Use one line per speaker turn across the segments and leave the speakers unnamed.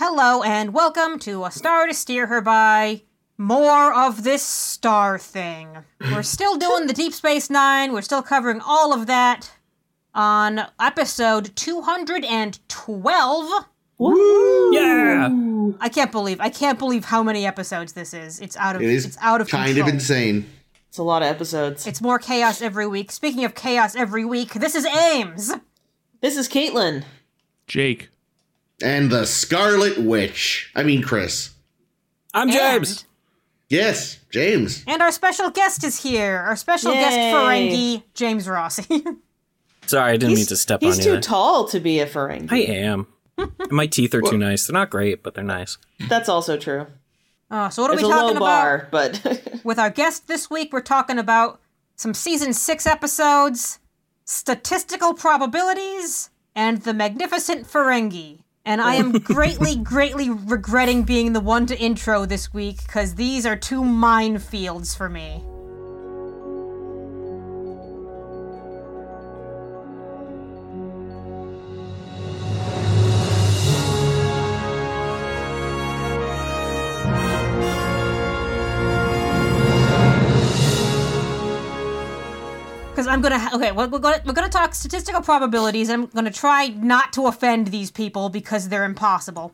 Hello and welcome to A Star to Steer Her By. More of this star thing. We're still doing the Deep Space Nine, we're still covering all of that on episode 212.
Woo!
Yeah.
I can't believe I can't believe how many episodes this is. It's out of
It is
it's out of
kind
control.
of insane.
It's a lot of episodes.
It's more chaos every week. Speaking of chaos every week, this is Ames.
This is Caitlin.
Jake.
And the Scarlet Witch. I mean, Chris.
I'm
And-
James.
Yes, James.
And our special guest is here. Our special guest
Yay.
Ferengi, James Rossi.
Sorry, I didn't mean to step on
He's
you.
too
there.
tall to be a Ferengi.
I am. My teeth are too nice. They're not great, but they're nice.
That's also true.
uh, so what are
It's a
we
low
talking about
bar, but
with our guest this week? We're talking about some season six episodes, statistical probabilities, and the magnificent Ferengi. And I am greatly, greatly regretting being the one to intro this week because these are two minefields for me. Because I'm gonna ha- okay, we're, we're gonna we're gonna talk statistical probabilities, and I'm gonna try not to offend these people because they're impossible.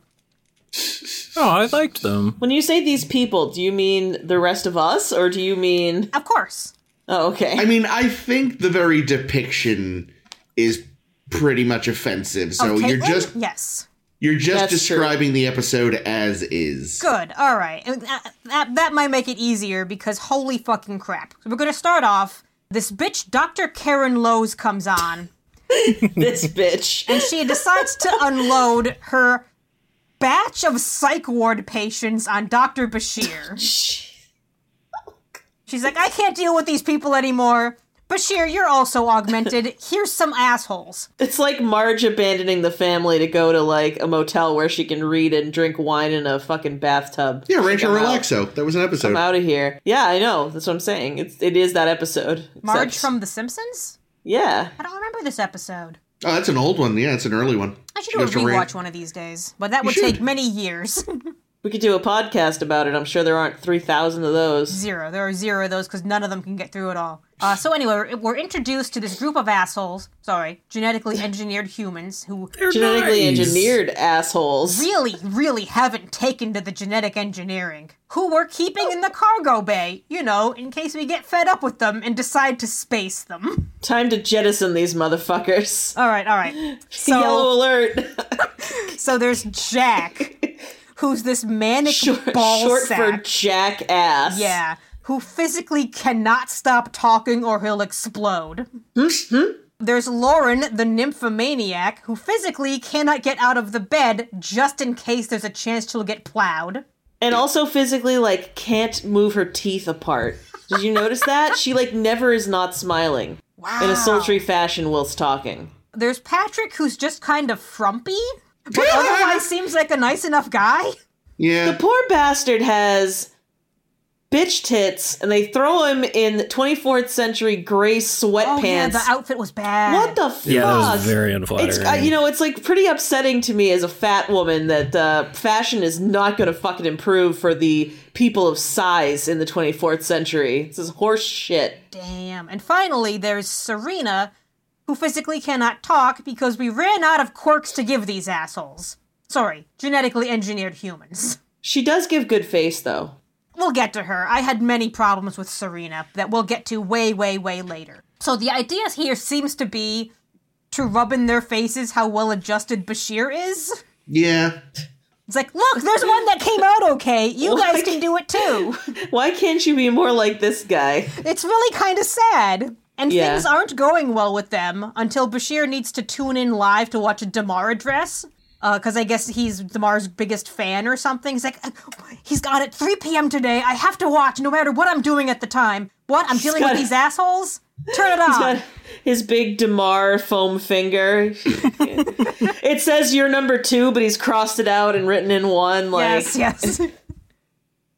Oh, I liked them.
when you say these people, do you mean the rest of us, or do you mean?
Of course,
Oh, okay.
I mean, I think the very depiction is pretty much offensive. So
Caitlin?
you're just
yes,
you're just
That's true.
describing the episode as is.
good, all right. And That, that that might make it easier because holy fucking crap! So we're gonna start off. This bitch, Dr. Karen Lowe's, comes on.
this bitch.
She decides to unload her batch of psych ward patients on Dr. Bashir. She's like, I can't deal with these people anymore. Bashir, you're also augmented. Here's some assholes.
It's like Marge abandoning the family to go to like a motel where she can read and drink wine in a fucking bathtub.
Yeah, Rancho
I'm out.
Relaxo. That was an
I'm
episode.
out of here. Yeah, I know. That's what I'm saying. It's it is that episode.
Marge
Except-
from The Simpsons?
yeah.
I don't remember this episode.
Oh, that's an old one. Yeah, it's an early one.
I should
She
do a
goes to Ran-
rewatch one of these days, but that would
should.
take many years.
We could do a podcast about it. I'm sure there aren't 3,000 of those.
zero. There are zero of those because none of them can get through at all. Uh, so anyway, we're- we're introduced to this group of assholes. Sorry, genetically engineered humans who
They're
Genetically
nice.
engineered assholes.
really, really haven't taken to the genetic engineering, who we're keeping in the cargo bay, you know, in case we get fed up with them and decide to space them.
Time to jettison these motherfuckers.
All right, all right. So,
Yellow alert.
so there's Jack, who's this manic
short
ball
short for
sack.
jackass.
yeah, who physically cannot stop talking or he'll explode. There's Lauren, the nymphomaniac, who physically cannot get out of the bed just in case there's a chance she'll get plowed.
And also physically, like, can't move her teeth apart. Did you notice that? She, like, never is not smiling
Wow.
in a sultry fashion whilst talking.
There's Patrick, who's just kind of frumpy, but otherwise seems like a nice enough guy.
Yeah.
The poor bastard has bitch tits, and they throw him in 24th century gray sweatpants.
Oh yeah, the outfit was bad.
What the fuck?
Yeah, that was very unflattering.
It's uh, you know, it's like pretty upsetting to me as a fat woman that uh, fashion is not going to fucking improve for the people of size in the 24th century. This is horse shit.
Damn. And finally, there's Serena, who physically cannot talk because we ran out of quirks to give these assholes. Sorry, genetically engineered humans.
She does give good face though.
We'll get to her. I had many problems with Serena that we'll get to way, way, way later. So the idea here seems to be to rub in their faces how well adjusted Bashir is.
yeah.
It's like, look, there's one that came out okay. You guys
Like-
can do it too.
Why can't you be more like this guy?
It's really kind of sad. And
Yeah.
things aren't going well with them until Bashir needs to tune in live to watch a Damar address. Because I guess he's Damar's biggest fan or something. He's like, "Uh, he's got at 3 p.m. today. I have to watch no matter what I'm doing at the time. What? I'm dealing
got
with
a-
these assholes? Turn it on.
His big Demar foam finger. it says you're number two, but he's crossed it out and written in one. Like,
yes, yes.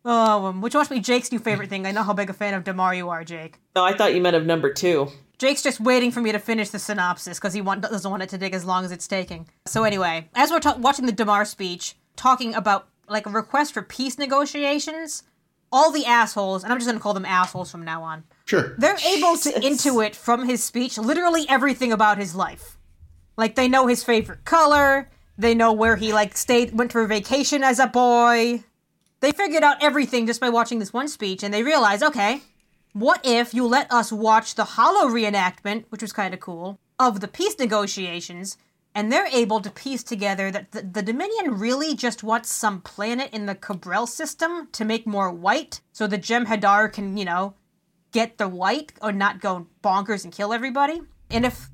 oh, um, which must be Jake's new favorite thing. I know how big a fan of Damar you are, Jake.
no, I thought you meant of number two.
Jake's just waiting for me to finish the synopsis because he want, doesn't want it to take as long as it's taking. So anyway, as we're ta- watching the Demar speech, talking about like a request for peace negotiations, all the assholes, and I'm just going to call them assholes from now on.
Sure.
They're able to intuit from his speech literally everything about his life. Like they know his favorite color, they know where he like stayed went for vacation as a boy. They figured out everything just by watching this one speech and they realized, okay, what if you let us watch the hollow reenactment, which was kind of cool, of the peace negotiations, and they're able to piece together that the, the Dominion really just wants some planet in the Cabrel system to make more white so the Jem'Hadar can, you know, get the white or not go bonkers and kill everybody. And if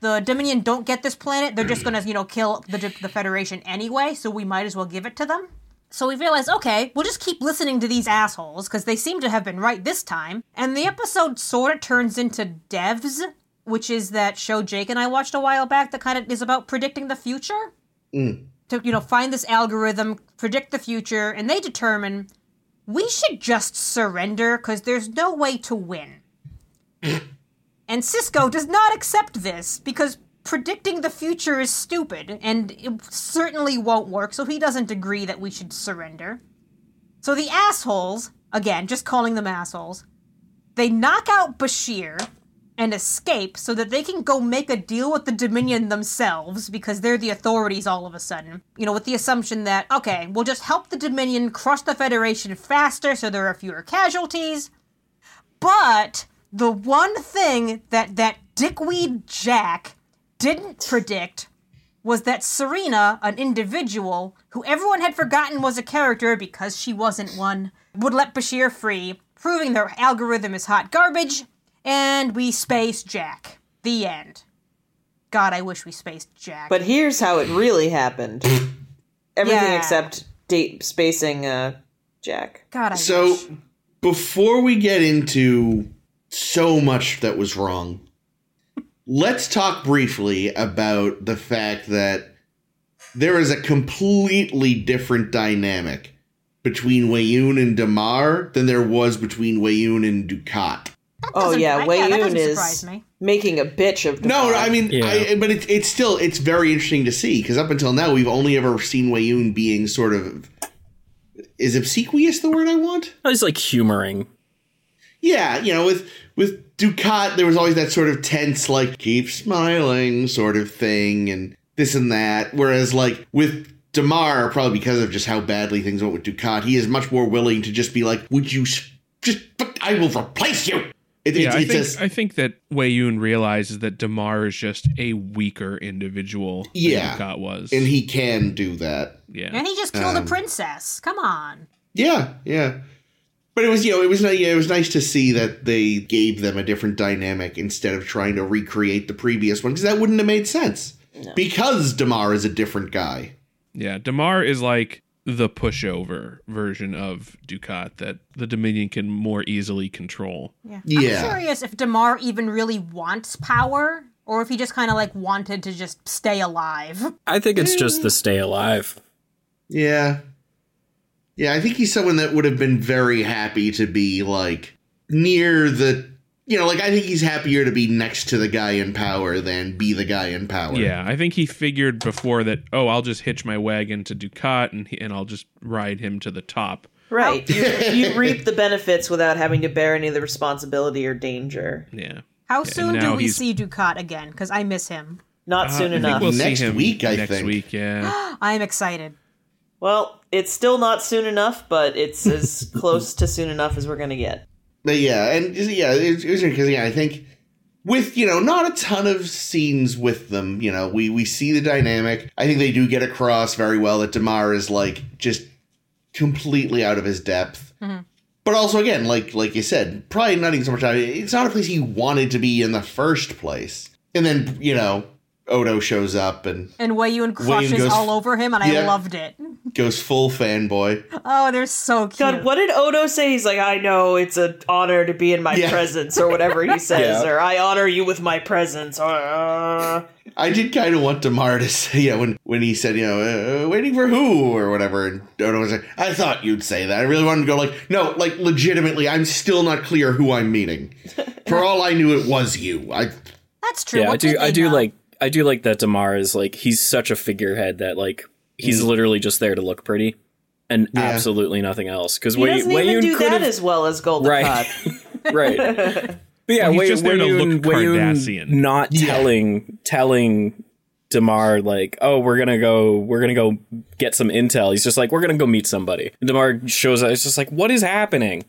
the Dominion don't get this planet, they're just gonna, you know, kill the, the Federation anyway, so we might as well give it to them. So we realized, okay, we'll just keep listening to these assholes, because they seem to have been right this time. And the episode sort of turns into Devs, which is that show Jake and I watched a while back that kind of is about predicting the future. To, you know, find this algorithm, predict the future, and they determine we should just surrender, because there's no way to win. And Cisco does not accept this because predicting the future is stupid and it certainly won't work, so he doesn't agree that we should surrender. So the assholes, again, just calling them assholes, they knock out Bashir and escape so that they can go make a deal with the Dominion themselves because they're the authorities all of a sudden. You know, with the assumption that, okay, we'll just help the Dominion crush the Federation faster so there are fewer casualties. But the one thing that that dickweed Jack didn't predict was that Serena, an individual who everyone had forgotten was a character because she wasn't one, would let Bashir free, proving their algorithm is hot garbage. And we space Jack. The end. God, I wish we spaced Jack.
But here's how it really happened. Everything
Yeah.
except date spacing uh, Jack.
God, I
So
wish.
before we get into so much that was wrong, let's talk briefly about the fact that there is a completely different dynamic between Wayoon and Damar than there was between Wayoon and Ducat.
Oh
doesn't-
yeah,
I- yeah, that
Wayoon
doesn't
is
surprise me.
making a bitch of Devon.
No, no, I mean,
Yeah.
I, but it's it's still it's very interesting to see because up until now we've only ever seen Wayoon being sort of is obsequious the word I want.
I was like humoring.
Yeah, you know, with with Ducat, there was always that sort of tense, like keep smiling sort of thing, and this and that. Whereas, like with Damar, probably because of just how badly things went with Ducat, he is much more willing to just be like, "Would you s- just? fuck- I will replace you." It,
Yeah,
it's
I
it's
think,
just-
I think that Wayoon realizes that Damar is just a weaker individual
Yeah.
than Dukat was.
and he can do that.
yeah.
And he just killed
Um,
a princess. Come on.
Yeah, yeah. But it was you know it was ni- yeah, it was nice to see that they gave them a different dynamic instead of trying to recreate the previous one because that wouldn't have made sense because Damar is a different guy.
Yeah. Damar is like the pushover version of Dukat that the Dominion can more easily control.
Yeah.
Yeah.
I'm curious if Damar even really wants power or if he just kind of like wanted to just stay alive.
I think it's just the stay alive.
Yeah. Yeah, I think he's someone that would have been very happy to be like near the you know, like I think he's happier to be next to the guy in power than be the guy in power.
Yeah, I think he figured before that, oh, I'll just hitch my wagon to Ducat and he, and I'll just ride him to the top.
right. You, you reap the benefits without having to bear any of the responsibility or danger.
Yeah.
How soon do
now
we
he's-
see Ducat again? Because I miss him.
Not soon
I think
enough.
we'll see
Next
him
week, I
next
think.
week, yeah.
I'm excited.
Well, it's still not soon enough, but it's as close to soon enough as we're going to get.
But yeah, and yeah, it, it was because yeah, I think with you know not a ton of scenes with them, you know, we we see the dynamic. I think they do get across very well that Damar is like just completely out of his depth. But also again, like like you said, probably not even so much. out- It's not a place he wanted to be in the first place. And then you know, Odo shows up and
And Wayoon crushes
goes-
all over him, and I
Yeah.
loved it.
goes full fanboy.
Oh, they're so cute.
God, what did Odo say? He's like, I know it's an honor to be in my
Yeah.
presence, or whatever he says,
Yeah.
or I honor you with my presence. Uh,
I did kind of want Demar to say, yeah, when when he said, you know, uh, waiting for who or whatever, and Dodo was like, I thought you'd say that. I really wanted to go like, no, like legitimately, I'm still not clear who I'm meeting. For all I knew, it was you. I
That's true.
Yeah,
What
I
did
do.
they
I do
know?
like. I do like that Damar is like he's such a figurehead that like
He's
Mm.
literally just there to look pretty and
Yeah.
absolutely nothing else. Because
He
Wei
doesn't even
Wayun
do
could
that
have
as well as Golden
Right.
Pod.
right. But yeah,
Well, he's
Wei-
just there to
Wayun-
look
Wayun
Cardassian.
not telling telling Demar like, oh, we're gonna go, we're gonna go get some intel. He's just like, we're gonna go meet somebody. And Demar shows up. It's just like, what is happening?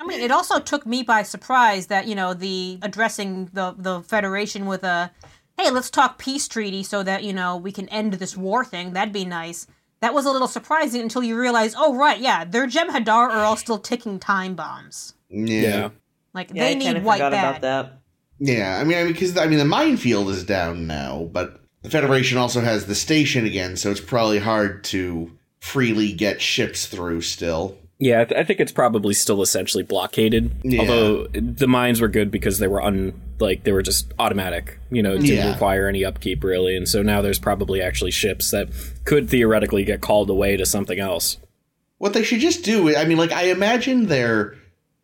I mean, it also took me by surprise that you know the addressing the the Federation with a, hey, let's talk peace treaty so that you know we can end this war thing. That'd be nice. That was a little surprising until you realize, oh right, yeah, their Jem'Hadar are all still ticking time bombs.
Yeah.
Like
Yeah,
they
I kind
need
of
white
forgot
bad.
about that.
Yeah, I mean, I mean, because I mean, the minefield is down now, but the Federation also has the station again, so it's probably hard to freely get ships through. Still,
Yeah, I, th- I think it's probably still essentially blockaded.
Yeah.
Although the mines were good because they were un like they were just automatic. You know, it didn't
Yeah.
require any upkeep really, and so now there's probably actually ships that could theoretically get called away to something else.
what they should just do, I mean, like I imagine their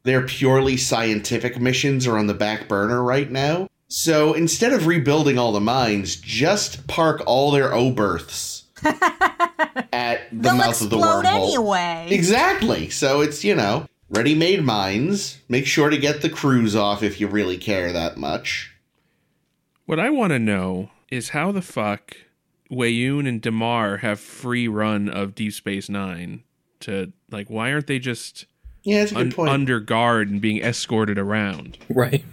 their purely scientific missions are on the back burner right now. So instead of rebuilding all the mines, just park all their O berths at the
They'll
mouth of the
explode
wormhole.
anyway.
Exactly. So it's, you know, ready made mines. Make sure to get the crews off if you really care that much.
What I want to know is how the fuck Wayun and Damar have free run of Deep Space Nine to like. Why aren't they just
Yeah, that's a good
un-
point.
under guard and being escorted around?
Right.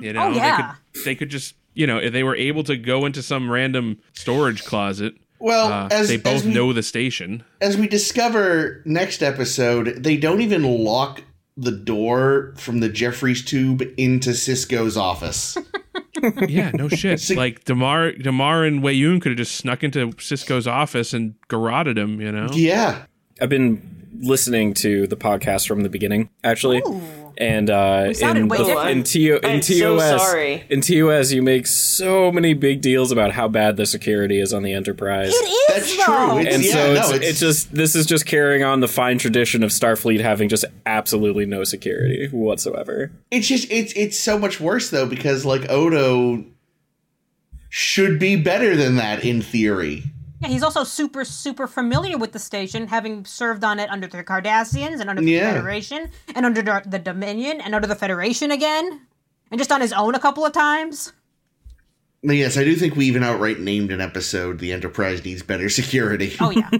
You know,
Oh, yeah.
they, could, they could just you know if they were able to go into some random storage closet.
well,
uh,
as,
they
as
both
we,
know the station.
as we discover next episode, they don't even lock the door from the Jeffries tube into Cisco's office.
Yeah, no shit. like Damar, Damar and Wayun could have just snuck into Cisco's office and garroted him. You know.
yeah.
I've been listening to the podcast from the beginning, actually.
Ooh.
And uh,
sounded
in,
way
the,
different.
in, TO, in
I'm
TOS,
so sorry.
in TOS, you make so many big deals about how bad the security is on the Enterprise.
It is
That's true.
though.
It's-
and
yeah,
so
no,
it's,
it's-
it's just this is just carrying on the fine tradition of Starfleet having just absolutely no security whatsoever.
It's just it's it's so much worse though because like Odo should be better than that in theory.
Yeah, he's also super, super familiar with the station, having served on it under the Cardassians and under the
Yeah.
Federation and under the- the Dominion and under the Federation again, and just on his own a couple of times.
But yes, I do think we even outright named an episode "The Enterprise Needs Better Security."
Oh yeah,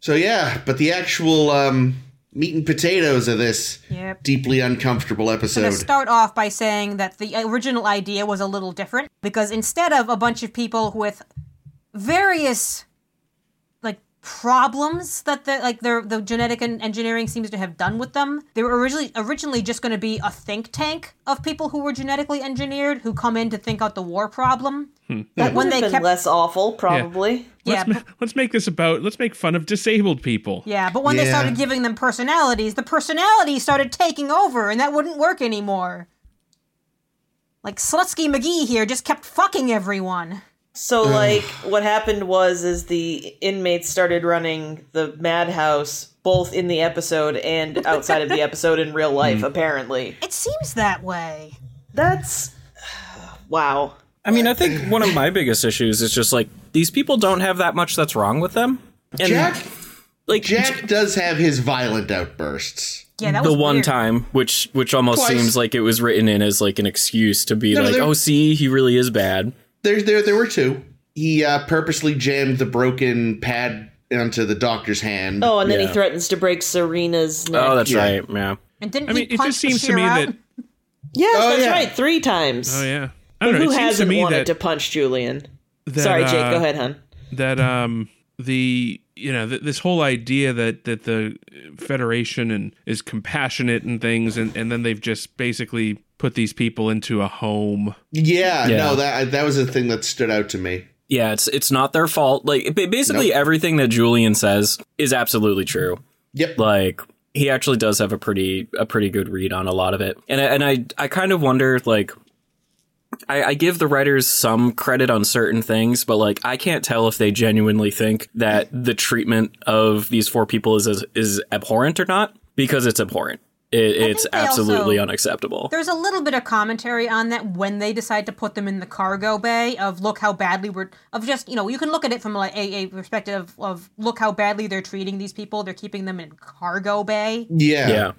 So yeah, but the actual um, meat and potatoes of this
yep.
deeply uncomfortable
going
episode.
to start off by saying that the original idea was a little different because instead of a bunch of people with various like problems that the like their the genetic en- engineering seems to have done with them, they were originally originally just going to be a think tank of people who were genetically engineered who come in to think out the war problem. But when they
Been
kept
less awful, probably.
yeah,
Let's, ma- let's make this about let's make fun of disabled people.
Yeah, but when they
Yeah.
started giving them personalities, the personalities started taking over, and that wouldn't work anymore. Like Slutsky McGee here just kept fucking everyone.
So like what happened was is the inmates started running the madhouse both in the episode and outside of the episode in real life
Mm.
apparently.
It seems that way.
That's wow.
I mean, I think one of my biggest issues is just like these people don't have that much that's wrong with them. And
Jack
like
Jack does have his violent outbursts.
Yeah, that
the
was
one
weird.
time, which which almost
Twice.
seems like it was written in as like an excuse to be
No,
like,
they're-
oh, see, he really is bad.
There's there there were two. He uh, purposely jammed the broken pad onto the doctor's hand.
Oh, and then
Yeah.
he threatens to break Serena's neck.
Oh, that's
Yeah.
right. Yeah.
And didn't
I mean,
he
it
punch
just seems to me
Bashir out?
that
yes,
Oh,
that's
yeah.
right. 3 times.
oh yeah, I don't know.
Who
It seems to
hasn't
me
wanted
that
to punch Julian?
that,
Sorry, Jake,
uh,
go ahead, hon.
that um the you know th- this whole idea that that the federation and is compassionate and things and and then they've just basically put these people into a home
yeah,
Yeah.
no, that that was the thing that stood out to me.
Yeah, it's it's not their fault. Like ba- basically everything that Julian says is absolutely true.
Yep.
Like he actually does have a pretty a pretty good read on a lot of it. And I, and I I kind of wonder like I, I give the writers some credit on certain things, but like I can't tell if they genuinely think that the treatment of these four people is is, is abhorrent or not because it's abhorrent.
It, it's
think they
absolutely
also-
unacceptable.
There's a little bit of commentary on that when they decide to put them in the cargo bay of look how badly we're of just you know you can look at it from like a, a perspective of, of look how badly they're treating these people they're keeping them in cargo bay
Yeah.
Yeah.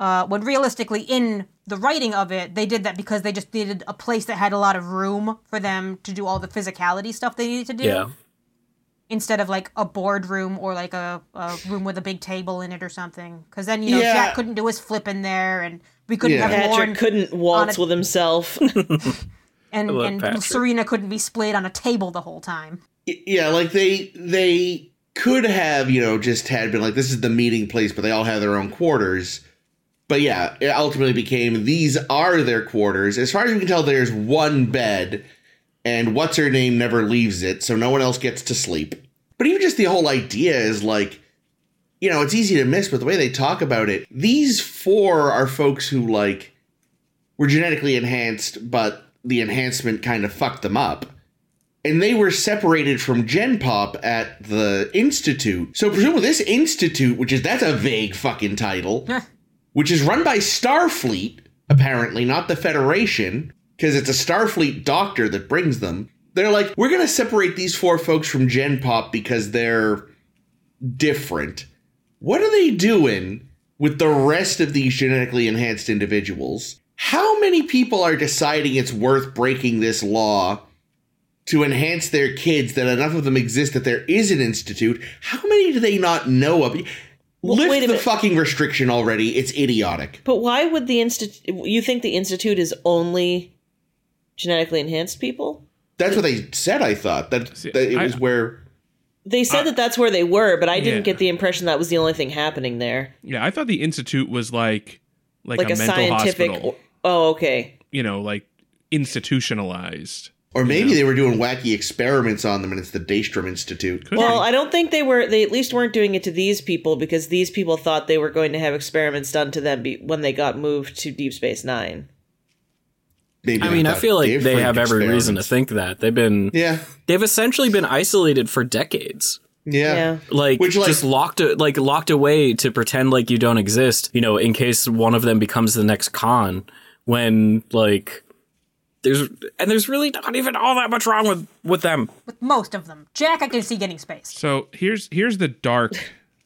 uh, when realistically in the writing of it they did that because they just needed a place that had a lot of room for them to do all the physicality stuff they needed to do
Yeah.
instead of like a boardroom or like a, a room with a big table in it or something because then you know
Yeah.
Jack couldn't do his flip in there and we couldn't
Yeah.
have Lauren
Patrick couldn't
on
waltz
a-
with himself.
and,
love
and
Patrick.
Serena couldn't be splayed on a table the whole time.
Y- Yeah, like they they could have, you know, just had been like this is the meeting place, but they all have their own quarters. But yeah, it ultimately became these are their quarters. As far as we can tell, there's one bed, and what's her name never leaves it, so no one else gets to sleep. But even just the whole idea is like, you know, it's easy to miss, but the way they talk about it, these four are folks who like were genetically enhanced, but the enhancement kind of fucked them up and they were separated from Gen Pop at the Institute. So presumably this Institute, which is that's a vague fucking title,
Huh.
which is run by Starfleet, apparently, not the Federation, because it's a Starfleet doctor that brings them. They're like, we're gonna separate these four folks from Gen Pop because they're different. What are they doing with the rest of these genetically enhanced individuals? How many people are deciding it's worth breaking this law to enhance their kids that enough of them exist that there is an institute. How many do they not know of? Lift
wait a
the
minute.
fucking restriction already. It's idiotic.
but why would the institute? You think the institute is only genetically enhanced people?
That's what they said. I thought that,
See,
that it
I-
was where.
They said that that's where they were, but I didn't
Uh, Yeah.
get the impression that was the only thing happening there,
Yeah, I thought the institute was like like,
like
a,
a,
mental
scientific.
hospital,
Oh, okay.
you know, like institutionalized.
Or maybe they were doing wacky experiments on them, and it's the Daystrom Institute.
Could
Well,
be.
I don't think they were. They at least weren't doing it to these people because these people thought they were going to have experiments done to them be, when they got moved to Deep Space Nine.
Maybe
I mean, I
thought
feel like they
different
have every reason to
experiments.
think that. They've been
Yeah,
they've essentially been isolated for decades.
yeah,
Yeah.
Like,
Which, like-
just locked a, like locked away to pretend like you don't exist, you know, in case one of them becomes the next con when like there's and there's really not even all that much wrong with with them.
With most of them, Jack I can see getting spaced.
so here's here's the dark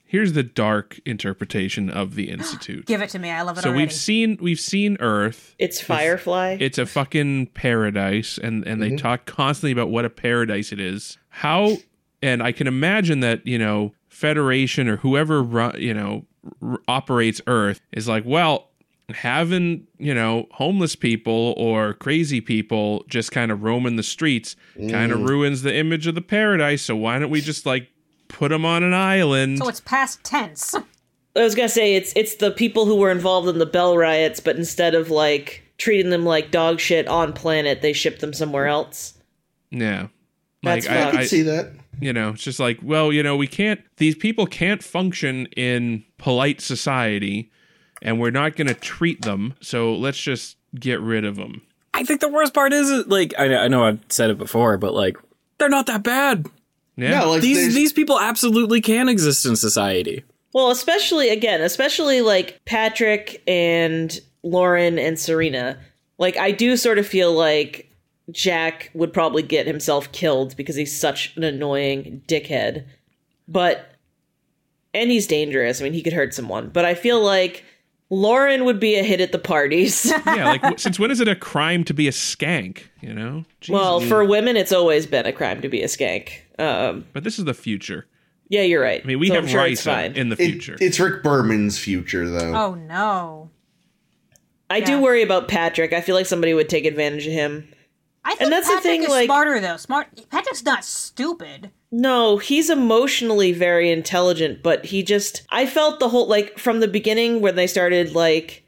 here's the dark interpretation of the institute.
Give it to me. I love it
so
already.
we've seen we've seen Earth.
It's Firefly.
It's a fucking paradise, and and they talk constantly about what a paradise it is. How and I can imagine that you know Federation or whoever ru- you know r- operates Earth is like, well, having you know homeless people or crazy people just kind of roaming the streets kind of ruins the image of the paradise. So why don't we just like put them on an island?
so Oh, it's past tense.
I was gonna say it's it's the people who were involved in the Bell riots, but instead of like treating them like dog shit on planet, they shipped them somewhere else.
yeah.
That's
I could see that.
you know it's just like well you know we can't these people can't function in polite society and we're not going to treat them so let's just get rid of them
I think the worst part is like I, I know I've said it before, but like they're not that bad.
yeah
No, like
These
there's-
these people absolutely can exist in society.
Well, especially again, especially like Patrick and Lauren and Serena. Like I do sort of feel like Jack would probably get himself killed because he's such an annoying dickhead. But and he's dangerous. I mean, he could hurt someone. But I feel like Lauren would be a hit at the parties.
yeah like w- since when is it a crime to be a skank you know Jeez.
well, for women, it's always been a crime to be a skank. Um,
but this is the future
yeah, you're right.
i mean we
So I'm
have
sure it's
rice
fine.
in the
it-
future
it's Rick Berman's future, though.
oh no.
I
yeah.
do worry about Patrick. I feel like somebody would take advantage of him.
I think
And that's the
Patrick
thing,
is
like-
smarter though. Smart. Patrick's not stupid.
No, he's emotionally very intelligent, but he just I felt the whole like from the beginning when they started like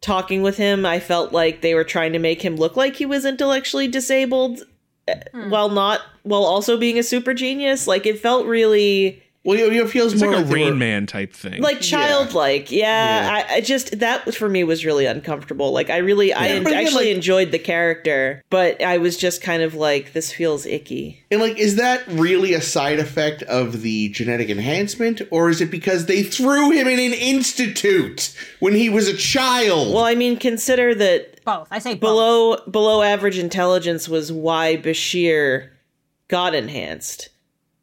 talking with him, I felt like they were trying to make him look like he was intellectually
Hmm.
disabled eh, while not while also being a super genius. Like it felt really
Well, you know, it feels
It's
more
like a
they
Rain
were-
Man type thing.
like childlike yeah, I, I just that for me was really uncomfortable like i really i
Yeah, but again,
actually
like-
enjoyed the character but i was just kind of like this feels icky
And like, is that really a side effect of the genetic enhancement, or is it because they threw him in an institute when he was a child?
well i mean consider that
Both. I say both.
below below average intelligence was why bashir got enhanced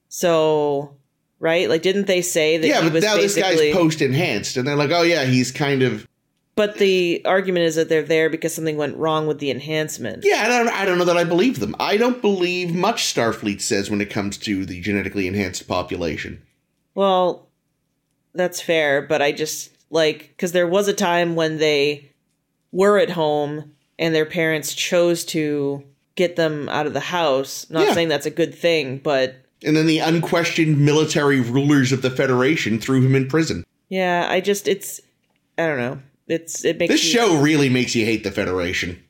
so right like didn't they say that
yeah,
he
but
was
now this
basically
guy's post enhanced, and they're like, oh yeah, he's kind of
but the argument is that they're there because something went wrong with the enhancement
yeah. I don't, I don't know that I believe them. I don't believe much Starfleet says when it comes to the genetically enhanced population.
Well, that's fair, but I just like because there was a time when they were at home and their parents chose to get them out of the house. Not
Yeah.
saying that's a good thing, but
And then the unquestioned military rulers of the Federation threw him in prison.
yeah, I just it's I don't know. It's it makes
This
you-
show really makes you hate the Federation.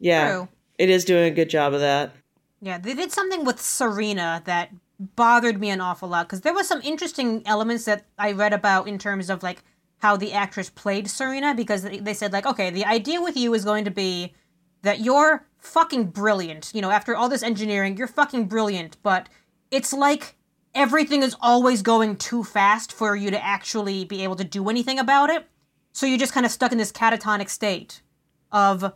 yeah,
True.
it is doing a good job of that.
Yeah, they did something with Serena that bothered me an awful lot because there was some interesting elements that I read about in terms of like how the actress played Serena because they they said like, okay, the idea with you is going to be that you're fucking brilliant. You know, after all this engineering, you're fucking brilliant, but it's like everything is always going too fast for you to actually be able to do anything about it. So you're just kind of stuck in this catatonic state of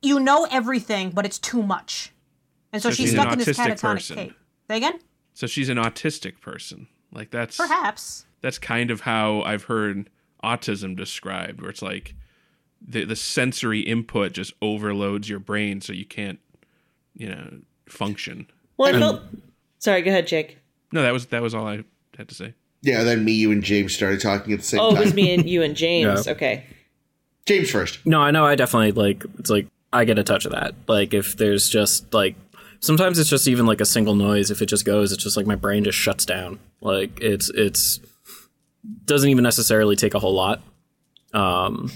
you know everything, but it's too much. And so,
So
she's
she's
stuck
an
in this
autistic
catatonic
person.
state. Say again?
so she's an autistic person. Like that's
Perhaps.
that's kind of how I've heard autism described, where it's like the the sensory input just overloads your brain, so you can't, you know, function.
Well, it felt. Sorry, go ahead, Jake.
No, that was that was all I had to say.
Yeah, then me, you, and James started talking at the same
Oh, it
time.
was me and you and James. Okay.
James first.
No, I know. I definitely like. It's like I get a touch of that. Like if there's just like sometimes it's just even like a single noise. If it just goes, it's just like my brain just shuts down. Like it's it's doesn't even necessarily take a whole lot. Um,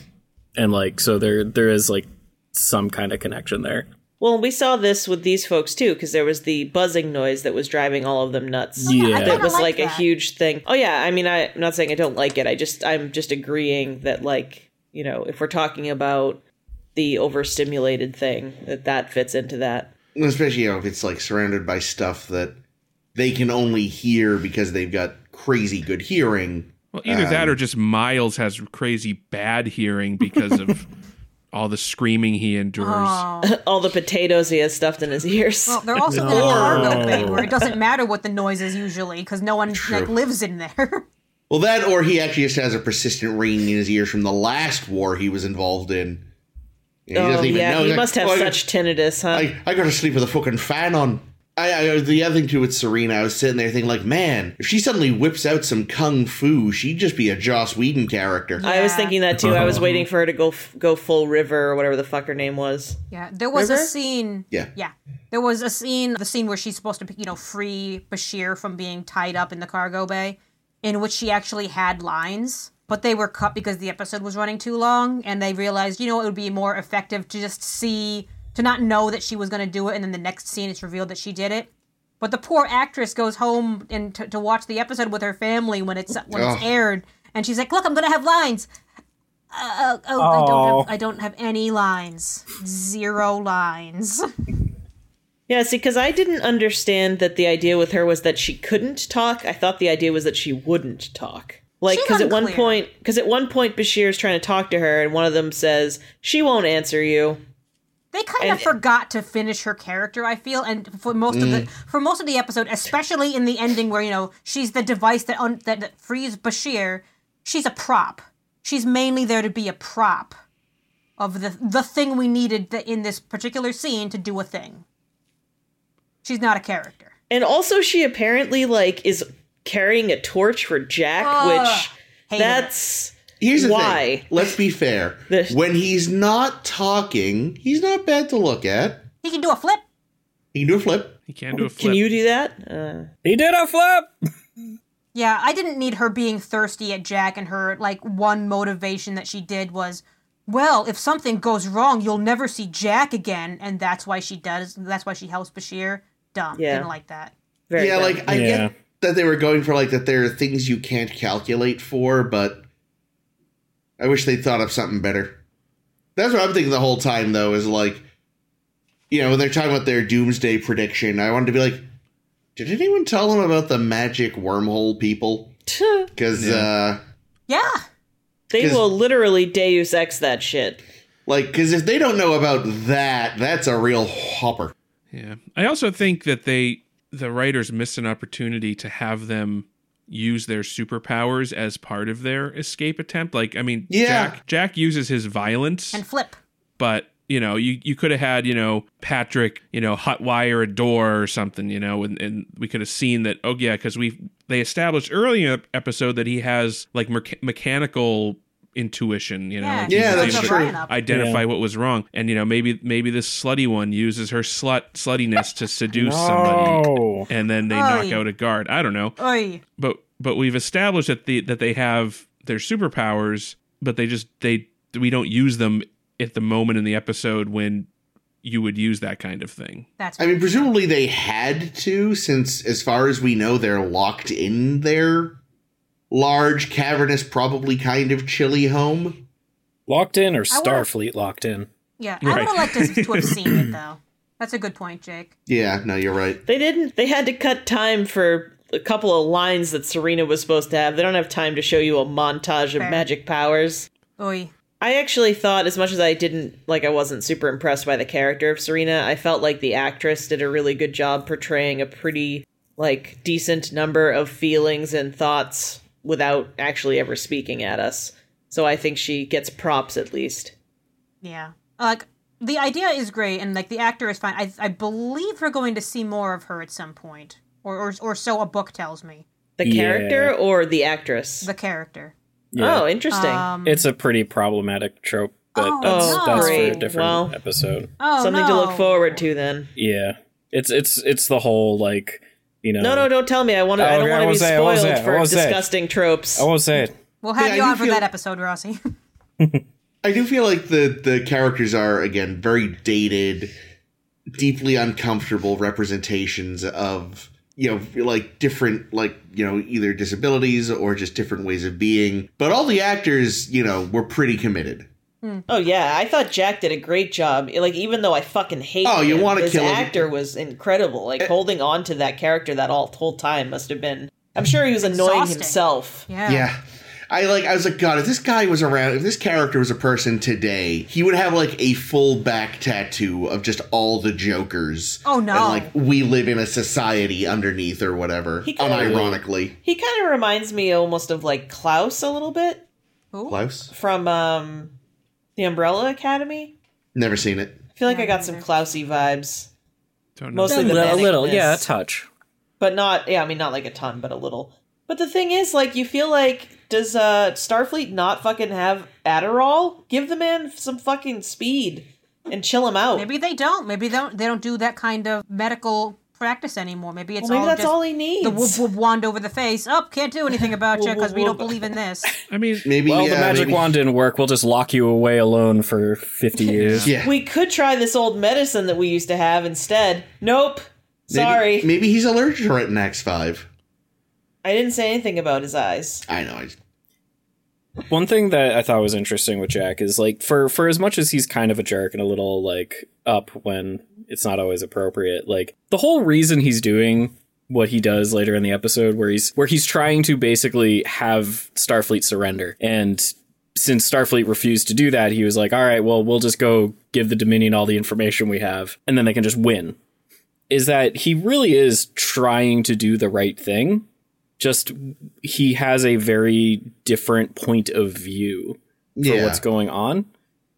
and like so there there is like some kind of connection there.
Well, we saw this with these folks too, because there was the buzzing noise that was driving all of them nuts.
I
Yeah.
kinda
that was like a
that.
huge thing. Oh yeah, I mean, I, I'm not saying I don't like it. I just I'm just agreeing that like you know if we're talking about the overstimulated thing, that that fits into that.
especially you know, if it's like surrounded by stuff that they can only hear because they've got crazy good hearing.
Well, either that or just Miles has crazy bad hearing because of all the screaming he endures.
All the potatoes he has stuffed in his ears.
Well, they're also in a cargo bay where it doesn't matter what the noise is usually because no one like lives in there.
Well, that or he actually just has a persistent ringing in his ears from the last war he was involved in. And
oh yeah,
He's
he
like,
must have
"Oh, I got-
such tinnitus, huh?
I, I got to sleep with a fucking fan on. I, I the other thing too with Serena, I was sitting there thinking like, man, if she suddenly whips out some kung fu, she'd just be a Joss Whedon character.
I was
Yeah.
thinking that too. I was waiting for her to go f- go full river or whatever the fuck her name was.
Yeah, there was a
River?
scene.
Yeah.
yeah, there was a scene. The scene where she's supposed to, you know, free Bashir from being tied up in the cargo bay, in which she actually had lines, but they were cut because the episode was running too long, and they realized, you know, it would be more effective to just see, to not know that she was going to do it, and then the next scene it's revealed that she did it. But the poor actress goes home and t- to watch the episode with her family when it's when
Ugh.
it's aired, and she's like, "Look, I'm going to have lines." Uh, oh, I don't have I don't have any lines. Zero lines.
Yeah, see, because I didn't understand that the idea with her was that she couldn't talk. I thought the idea was that she wouldn't talk. Like,
She's
because at one
unclear.
point, because at one point Bashir's trying to talk to her, and one of them says she won't answer you.
They kind of forgot to finish her character, I feel, and for most of the for most of the episode, especially in the ending where, you know, she's the device that un- that, that frees Bashir, she's a prop. She's mainly there to be a prop of the the thing we needed th- in this particular scene to do a thing. She's not a character.
And also, she apparently like is carrying a torch for Jack, which
hated it.
that's
Here's the
Why?
thing. Let's be fair.
This-
When he's not talking, he's not bad to look at.
He can do a flip.
He can do a flip.
He can't do a flip.
can you do that? Uh,
He did a flip.
Yeah, I didn't need her being thirsty at Jack and her, like, one motivation that she did was, well, if something goes wrong, you'll never see Jack again. And that's why she does, that's why she helps Bashir. Dumb.
Yeah.
Didn't like that.
very
yeah,
dumb.
like I
Yeah.
get that they were going for like that there are things you can't calculate for, but I wish they thought up something better. That's what I'm thinking the whole time though, is like you know, when they're talking about their doomsday prediction, I wanted to be like, did anyone tell them about the magic wormhole people? Because uh
Yeah.
they
'Cause-
will literally Deus Ex that shit.
like because if they don't know about that, that's a real hopper.
Yeah. I also think that they the writers missed an opportunity to have them use their superpowers as part of their escape attempt. Like I mean
Yeah.
Jack Jack uses his violence,
And flip.
but you know, you, you could have had, you know, Patrick, you know, hot wire a door or something, you know, and, and we could have seen that, oh, yeah, because we they established early in the episode that he has like merc mechanical intuition, you know.
Yeah.
He's
Yeah,
able
that's
to-
true.
identify what was wrong and you know maybe maybe this slutty one uses her slut sluttiness to seduce somebody
No.
and then they knock
Oy.
out a guard i don't know
Oi.
but but we've established that the that they have their superpowers but they just they we don't use them at the moment in the episode when you would use that kind of thing
That's
I mean, presumably they had to, since as far as we know, they're locked in their large, cavernous, probably kind of chilly home.
Locked in or
I wanna-
Starfleet locked in?
yeah. I
Right.
would have liked us to have seen it though. That's a good point, Jake.
Yeah, no, you're right.
They didn't. They had to cut time for a couple of lines that Serena was supposed to have. They don't have time to show you a montage of
Fair.
magic powers.
Oi.
I actually thought, as much as I didn't like, I wasn't super impressed by the character of Serena. I felt like the actress did a really good job portraying a pretty like decent number of feelings and thoughts without actually ever speaking at us. So I think she gets props at least.
Yeah. Like the idea is great and like the actor is fine. I I believe we're going to see more of her at some point. Or or, or so a book tells me.
The
Yeah.
character or the actress?
The character.
Oh, interesting.
Um
It's a pretty problematic trope, but
Oh,
that's,
no.
that's for a
Great.
different
Well.
episode.
oh,
Something to
no.
look forward to then.
Yeah, it's it's it's the whole like you know.
No, no, don't tell me. I want to. I
Oh, Okay,
don't
I
want to be
won't say, I won't
spoiled
say, I
for
won't say.
disgusting tropes.
I won't say it.
We'll have
Yeah,
you
I do
on for
feel-
that episode, Rossi.
I do feel like the the characters are again very dated, deeply uncomfortable representations of you know like different like you know either disabilities or just different ways of being. But all the actors, you know, were pretty committed.
Oh yeah, I thought Jack did a great job. Like even though I fucking hate.
Oh, you
him,
wanna
his
kill him. Eh.
actor was incredible. Like holding on to that character that all whole time must have been. I'm sure he was annoying
Exhausting.
himself.
Yeah.
Yeah. I like I was like, God, if this guy was around if this character was a person today, he would have like a full back tattoo of just all the jokers.
Oh, no.
And like we live in a society underneath or whatever.
He kinda-
Unironically.
He kind of reminds me almost of like Klaus a little bit
Who?
Klaus?
from um, the Umbrella Academy.
Never seen it.
I feel like I got some Klausy vibes,
don't know
Mostly
A
the
little, a little,
manicness.
yeah, a touch.
but not. Yeah, I mean not like a ton, but a little. But the thing is, like, you feel like does uh, Starfleet not fucking have Adderall? Give the man some fucking speed and chill him out.
Maybe they don't. Maybe they don't. They don't do that kind of medical practice anymore. Maybe it's
Well, maybe
all
that's
just
all he needs.
the whoop whoop wand over the face. Up, can't do anything about you because we don't
Whoop, whoop.
believe in this.
i mean
Maybe
Well,
yeah,
the magic
maybe-
wand didn't work. We'll just lock you away alone for fifty years.
Yeah.
We could try this old medicine that we used to have instead. Nope.
Maybe-
Sorry.
Maybe, he's allergic to Retinex five.
I didn't say anything about his eyes.
I know. I,
One thing that I thought was interesting with Jack is like for for as much as he's kind of a jerk and a little like up when it's not always appropriate, like the whole reason he's doing what he does later in the episode where he's where he's trying to basically have Starfleet surrender and since Starfleet refused to do that, he was like, "All right, well, we'll just go give the Dominion all the information we have and then they can just win." Is that he really is trying to do the right thing just he has a very different point of view for
yeah.
what's going on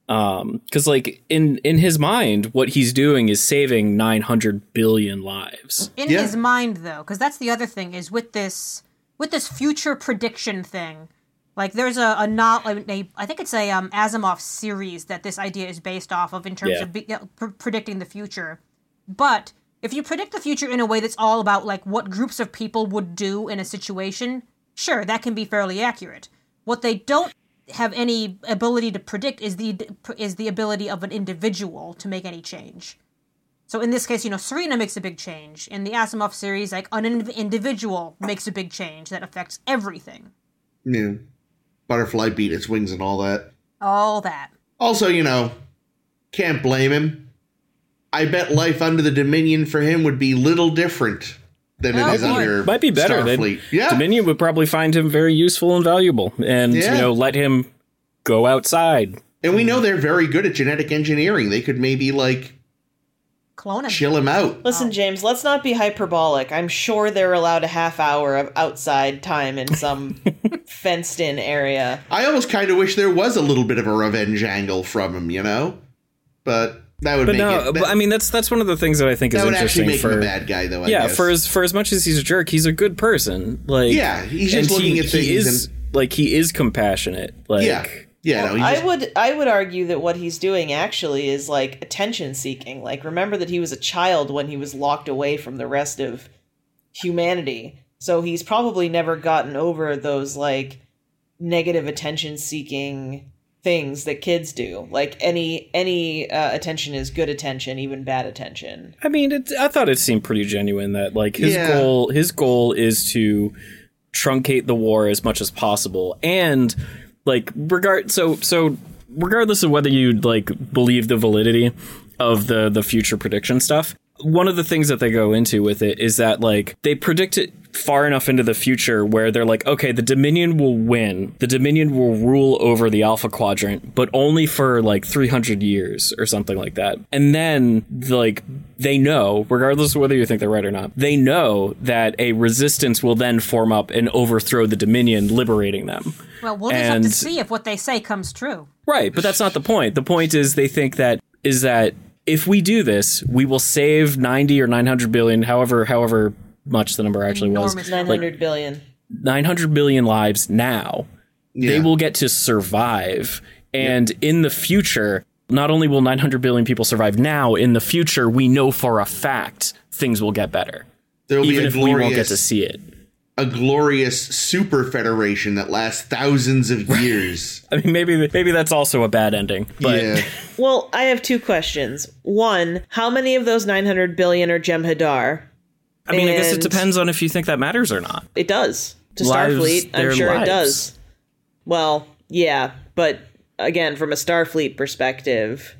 um cuz like in in his mind what he's doing is saving 900 billion lives
In
Yeah.
his mind, though, because that's the other thing is with this with this future prediction thing. Like there's a, a not a, I think it's a um, Asimov series that this idea is based off of in terms
Yeah.
of be, you know, pr- predicting the future. But if you predict the future in a way that's all about like what groups of people would do in a situation, sure, that can be fairly accurate. What they don't have any ability to predict is the is the ability of an individual to make any change. So in this case, you know, Serena makes a big change. In the Asimov series, like an indiv- individual makes a big change that affects everything.
Yeah. Butterfly beat its wings and all that.
All that.
Also, you know, can't blame him. I bet life under the Dominion for him would be little different than
Oh,
it is
boy.
under
Might be better. They'd-
Starfleet. Yeah,
Dominion would probably find him very useful and valuable, and
Yeah.
you know, let him go outside.
and we know they're very good at genetic engineering. They could maybe like
Clone him.
chill him out.
Oh.
Listen, James, let's not be hyperbolic. I'm sure they're allowed a half hour of outside time in some fenced in area.
I almost kind of wish there was a little bit of a revenge angle from him, you know, but that would
But
make
no,
it. That,
but I mean, that's that's one of the things that I think is
that would actually
interesting
make
for
him a bad guy, though. I
yeah
guess.
for as for as much as he's a jerk he's a good person like
Yeah, he's just
and
looking at things
he is like he is compassionate like
yeah, yeah. no, he
I
just-
would I would argue that what he's doing actually is like attention seeking. Like remember that he was a child when he was locked away from the rest of humanity. So he's probably never gotten over those like negative attention seeking things that kids do. Like any any uh, attention is good attention, even bad attention.
i mean it, i thought it seemed pretty genuine that like his
Yeah.
goal his goal is to truncate the war as much as possible and like regard so so regardless of whether you like believe the validity of the the future prediction stuff one of the things that they go into with it is that like they predict it far enough into the future where they're like okay the dominion will win the dominion will rule over the alpha quadrant but only for like 300 years or something like that and then like they know regardless of whether you think they're right or not they know that a resistance will then form up and overthrow the dominion liberating them
Well, we'll just have to
And-
see if what they say comes true.
Right, but that's not the point. The point is they think that is that if we do this, we will save 90 or 900 billion, however however much the number actually
Enormous.
was,
Nine hundred billion.
900 billion lives now.
Yeah.
They will get to survive. And in the future, not only will 900 billion people survive now, in the future we know for a fact things will get better.
There'll
Even
be a
if we won't get
glorious,
to see it.
a glorious super federation that lasts thousands of years.
I mean maybe maybe that's also a bad ending, but
yeah.
Well, I have two questions. One, how many of those 900 billion are Jem'Hadar?
I mean I guess
And-
it depends on if you think that matters or not.
It does to
Lives-
Starfleet. I'm
their
sure it
lives.
does. Well, yeah, but again, from a Starfleet perspective,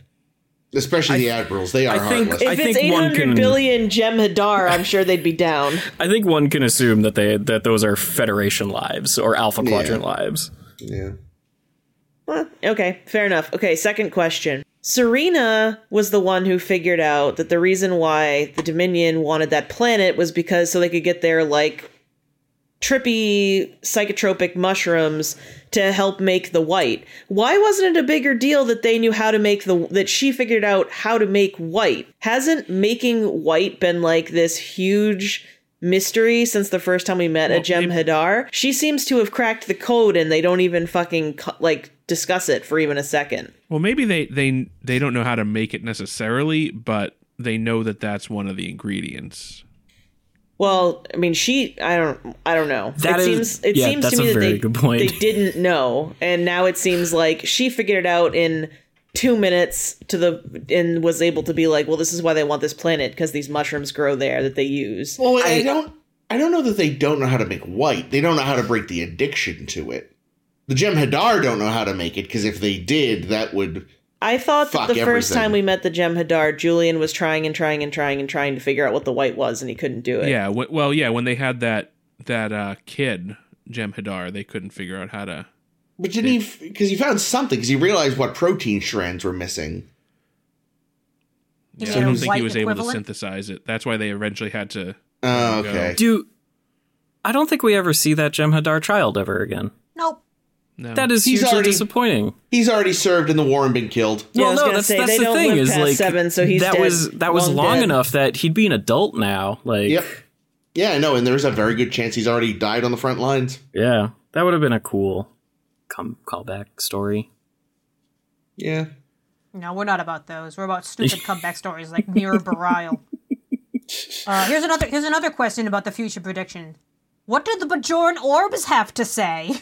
especially the admirals. They are
I think-
heartless.
if
I
it's
think one
800
can-
billion Jem'Hadar, I'm sure they'd be down.
I think one can assume that they that those are Federation lives or Alpha Quadrant lives.
yeah.
Well, okay, fair enough. Okay, second question. Serena was the one who figured out that the reason why the Dominion wanted that planet was because so they could get their like trippy psychotropic mushrooms to help make the white. Why wasn't it a bigger deal that they knew how to make the that she figured out how to make white? Hasn't making white been like this huge mystery since the first time we met a Gem Hadar? She seems to have cracked the code and they don't even fucking co- like discuss it for even a second.
Well, maybe they they they don't know how to make it necessarily, but they know that that's one of the ingredients.
Well, I mean, she. I don't. I don't know.
That
it
is-
seems. It
yeah,
seems
that's
to me
a
that
very
they,
good point.
they didn't know, and now it seems like she figured it out in two minutes to the and was able to be like, well, this is why they want this planet because these mushrooms grow there that they use.
Well, I, don't. I don't know that they don't know how to make white. They don't know how to break the addiction to it. The Jem'Hadar don't know how to make it because if they did, that would.
I thought that
Fuck
the first
everything.
time we met the Jem'Hadar, Julian was trying and trying and trying and trying to figure out what the white was, and he couldn't do it.
Yeah. W- well, yeah. When they had that that uh, kid Jem Hadar, they couldn't figure out how to.
But didn't he? Because he found something. Because he realized what protein strands were missing.
You
Yeah,
mean
I
a
don't think
white
he was able to
equivalent?
synthesize it. That's why they eventually had to.
Oh,
There you
okay.
Do I don't think we ever see that Jem'Hadar child ever again.
Nope.
No.
That is
He's
hugely
already-
disappointing.
He's already served in the war and been killed.
Yeah, I
well,
was
no,
gonna
that's
say,
that's
they
the
don't
thing
live
is
past
like
seven, so he's
that
dead.
was that was
Long
long
dead.
enough that he'd be an adult now. Like,
Yep. Yeah, I know. And there's a very good chance he's already died on the front lines.
yeah, that would have been a cool come callback story.
Yeah.
No, we're not about those. We're about stupid comeback stories like Mirror Burial. Uh, here's another. Here's another question about the future prediction. What do the Bajoran orbs have to say?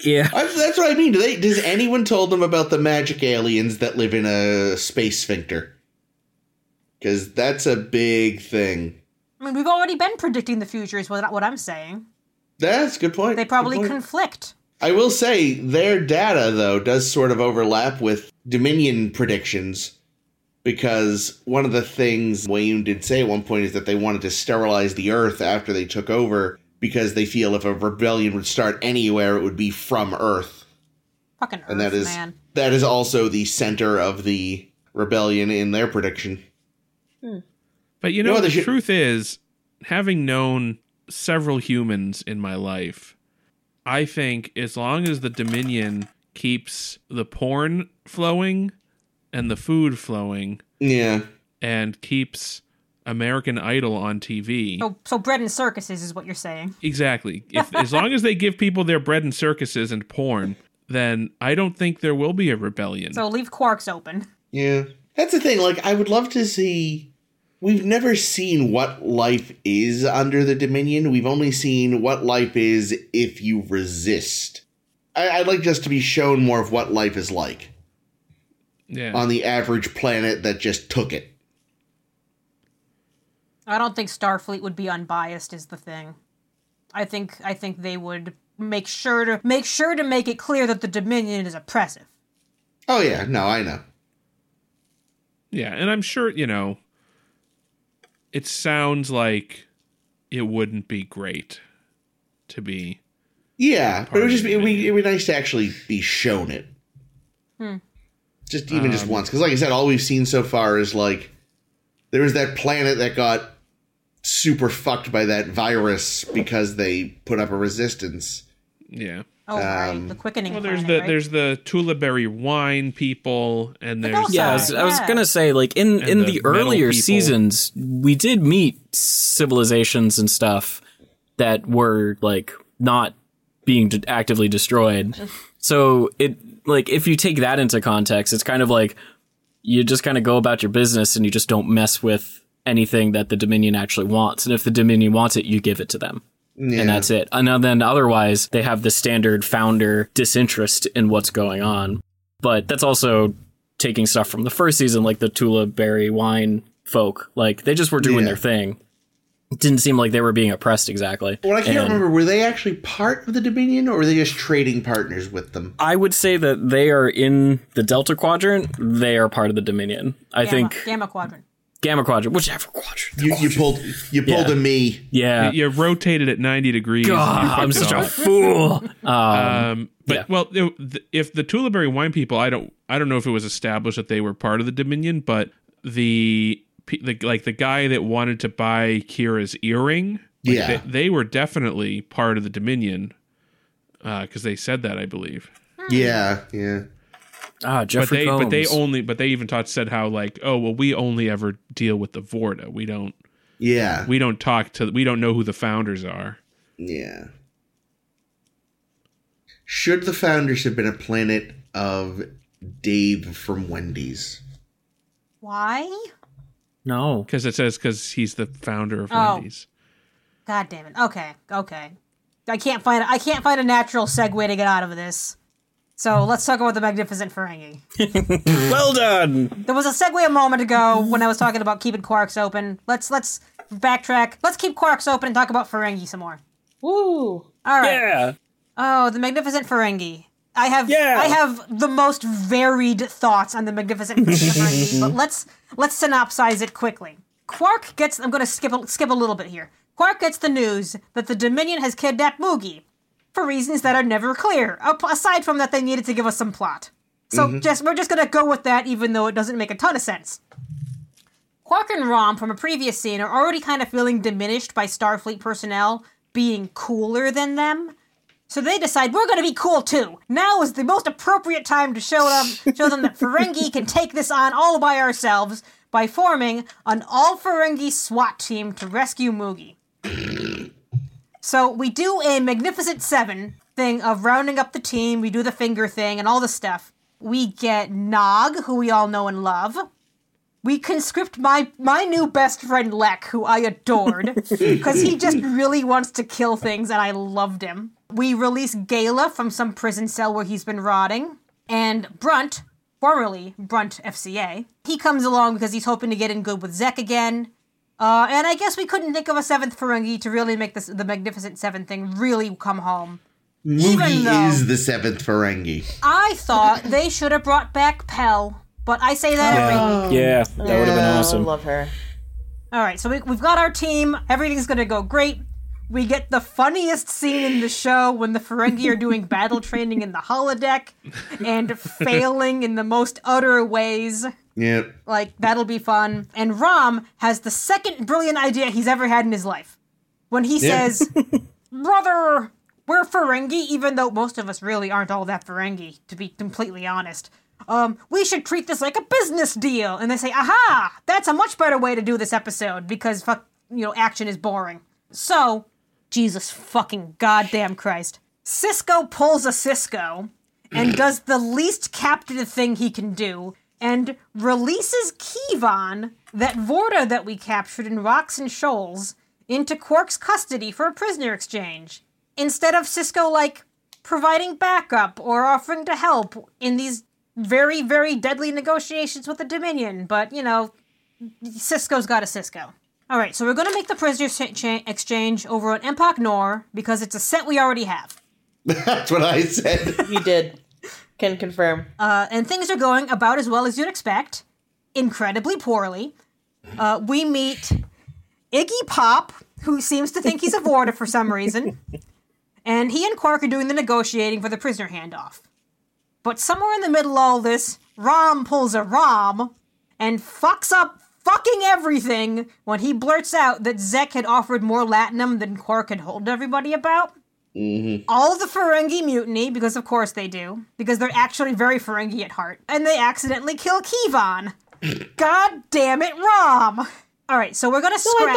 Yeah,
I, that's what I mean. Do they, does anyone told them about the magic aliens that live in a space sphincter? because that's a big thing.
I mean, we've already been predicting the future, is what, what I'm saying.
That's a good point.
They
Good
probably
point.
conflict.
I will say their data though does sort of overlap with Dominion predictions because one of the things Wayne did say at one point is that they wanted to sterilize the Earth after they took over because they feel if a rebellion would start anywhere, it would be from Earth,
Fucking Earth,
and that is
man.
that is also the center of the rebellion in their prediction.
But you
No
know,
other
the
shit-
truth is, having known several humans in my life, I think as long as the Dominion keeps the porn flowing and the food flowing
Yeah,
and keeps American Idol on TV.
So, so bread and circuses is what you're saying.
Exactly. If, as long as they give people their bread and circuses and porn, then I don't think there will be a rebellion.
So leave quarks open.
Yeah. That's the thing. Like, I would love to see. We've never seen what life is under the Dominion. We've only seen what life is if you resist. I, I'd like just to be shown more of what life is like
yeah.
on the average planet that just took it.
I don't think Starfleet would be unbiased is the thing. I think I think they would make sure to make sure to make it clear that the Dominion is oppressive.
Oh, yeah. No, I know.
Yeah, and I'm sure, you know, it sounds like it wouldn't be great to be.
Yeah. But it would just be, it would be,
Pardon
it would be nice to actually be shown it. Just even
Um,
just once. Because, like I said, all we've seen so far is like there was that planet that got super fucked by that virus because they put up a resistance.
Yeah.
Oh, right,
Um,
the quickening.
Well, there's
planet,
the
right?
there's the Tulaberry wine people, and
But
there's
also-
Yeah, I
yeah,
was, I was
Yeah.
gonna say, like in
And
in
the
the,
metal
earlier
people.
seasons, we did meet civilizations and stuff that were like not being de- actively destroyed. So it like if you take that into context, it's kind of like you just kind of go about your business and you just don't mess with anything that the Dominion actually wants. And if the Dominion wants it, you give it to them.
Yeah.
And that's it. And then otherwise, they have the standard founder disinterest in what's going on. But that's also taking stuff from the first season, like the Tula Berry wine folk. Like they just were doing
Yeah.
their thing. It didn't seem like they were being oppressed exactly.
Well, I can't
And
remember. Were they actually part of the Dominion, or were they just trading partners with them?
I would say that they are in the Delta Quadrant. They are part of the Dominion. I
Gamma,
think
Gamma Quadrant.
Gamma Quadrant, whichever quadrant.
You, you pulled you pulled
Yeah.
a me.
Yeah.
you rotated at 90 degrees. and you
God, I'm
fucked it
such a
up.
fool. Um,
Um, but
Yeah.
well, it- if the Tulaberry wine people, I don't, I don't know if it was established that they were part of the Dominion, but the, pe- the like the guy that wanted to buy Kira's earring, like,
Yeah.
they, they were definitely part of the Dominion because they said that, I believe.
Yeah, yeah.
ah,
But
Jeffrey
they, but they
Combs.
only, but they even taught said how like, oh well, we only ever deal with the Vorta. We don't,
Yeah.
we don't talk to, we don't know who the founders are.
Yeah. Should the founders have been a planet of Dave from Wendy's?
Why?
no.
Because it says because he's the founder of
Oh.
Wendy's.
God damn it. Okay, okay. I can't find I can't find a natural segue to get out of this. So let's talk about the Magnificent Ferengi.
Well done.
There was a segue a moment ago when I was talking about keeping quarks open. Let's let's backtrack. Let's keep quarks open and talk about Ferengi some more.
Woo!
All right.
Yeah.
Oh, the Magnificent Ferengi. I have
Yeah.
I have the most varied thoughts on the Magnificent Ferengi, but let's let's synopsize it quickly. Quark gets I'm going to skip a- skip a little bit here. Quark gets the news that the Dominion has kidnapped Moogie for reasons that are never clear. Up, aside from that they needed to give us some plot. So just we're just going to go with that even though it doesn't make a ton of sense. Quark and Rom from a previous scene are already kind of feeling diminished by Starfleet personnel being cooler than them. So they decide we're going to be cool too. Now is the most appropriate time to show them show them that Ferengi can take this on all by ourselves by forming an all Ferengi SWAT team to rescue Mugi. So we do a magnificent seven thing of rounding up the team. We do the finger thing and all the stuff. We get Nog, who we all know and love. We conscript my my new best friend Lek, who I adored, because he just really wants to kill things, and I loved him. We release Gala from some prison cell where he's been rotting, and Brunt, formerly Brunt FCA. He comes along because he's hoping to get in good with Zek again. Uh, and I guess we couldn't think of a seventh Ferengi to really make this the Magnificent Seven thing really come home.
Moogie
though-
is the seventh Ferengi.
I thought they should have brought back Pell, but I say that every week.
Yeah, that would have been awesome.
love her.
All right, so we, we've got our team. Everything's going to go great. We get the funniest scene in the show when the Ferengi are doing battle training in the holodeck and failing in the most utter ways.
Yep.
Like, that'll be fun. And Rom has the second brilliant idea he's ever had in his life when he
Yeah.
says, Brother, we're Ferengi, even though most of us really aren't all that Ferengi, to be completely honest. Um, we should treat this like a business deal. And they say, Aha, that's a much better way to do this episode because fuck, you know, action is boring. So, Jesus fucking goddamn Christ. Cisco pulls a Cisco and does the least captive thing he can do and releases Kivon, that Vorta that we captured in Rocks and Shoals, into Quark's custody for a prisoner exchange. Instead of Cisco, like, providing backup or offering to help in these very, very deadly negotiations with the Dominion, but, you know, Cisco's got a Cisco. All right, so we're going to make the prisoner cha- cha- exchange over on Empok Nor because it's a set we already have.
That's what I said.
You did. Can confirm.
Uh, and things are going about as well as you'd expect, incredibly poorly. Uh, we meet Iggy Pop, who seems to think he's a Vorta for some reason, and he and Quark are doing the negotiating for the prisoner handoff. But somewhere in the middle of all this, Rom pulls a Rom and fucks up fucking everything when he blurts out that Zek had offered more latinum than Quark had told everybody about
Mm-hmm.
all the Ferengi mutiny, because of course they do, because they're actually very Ferengi at heart, and they accidentally kill Kivon. God damn it, Rom! All right, so we're gonna
Oh,
scratch.
I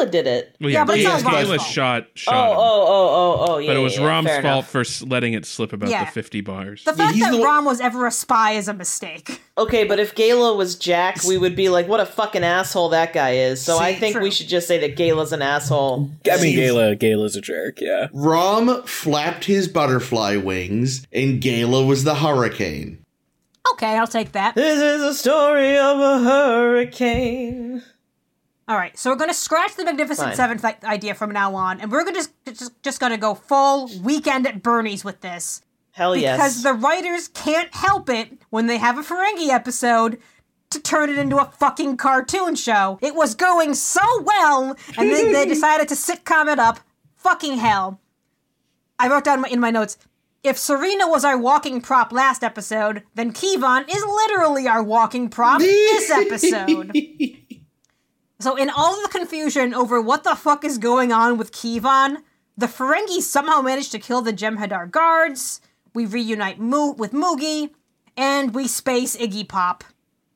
thought Gayla did it.
Well,
Yeah, but it's not
Gayla-
Rom's
Gayla
fault.
shot shot
Oh, oh,
him.
oh, oh, oh, yeah.
but it was
yeah,
Rom's
fair
fault
enough.
for s- letting it slip about
Yeah.
the 50 bars.
the fact
he's
that
the one-
Rom was ever a spy is a mistake.
Okay, but if Gala was Jack, we would be like, what a fucking asshole that guy is. So I
See,
think
true.
we should just say that Gala's an asshole.
I mean, Gala, Gala's a jerk. Yeah,
Rom flapped his butterfly wings, and Gala was the hurricane.
Okay, I'll take that.
This is a story of a hurricane.
All right, so we're gonna scratch the Magnificent
Fine.
Seventh i- idea from now on, and we're gonna just, just just gonna go full weekend at Bernie's with this
Hell yes.
because the writers can't help it when they have a Ferengi episode to turn it into a fucking cartoon show. It was going so well, and then they decided to sitcom it up. Fucking hell. I wrote down in my notes if Serena was our walking prop last episode, then Kivon is literally our walking prop this episode. So, in all the confusion over what the fuck is going on with Kivon, the Ferengi somehow manage to kill the Jem'Hadar guards. We reunite Mo- with Mugi, and we space Iggy Pop.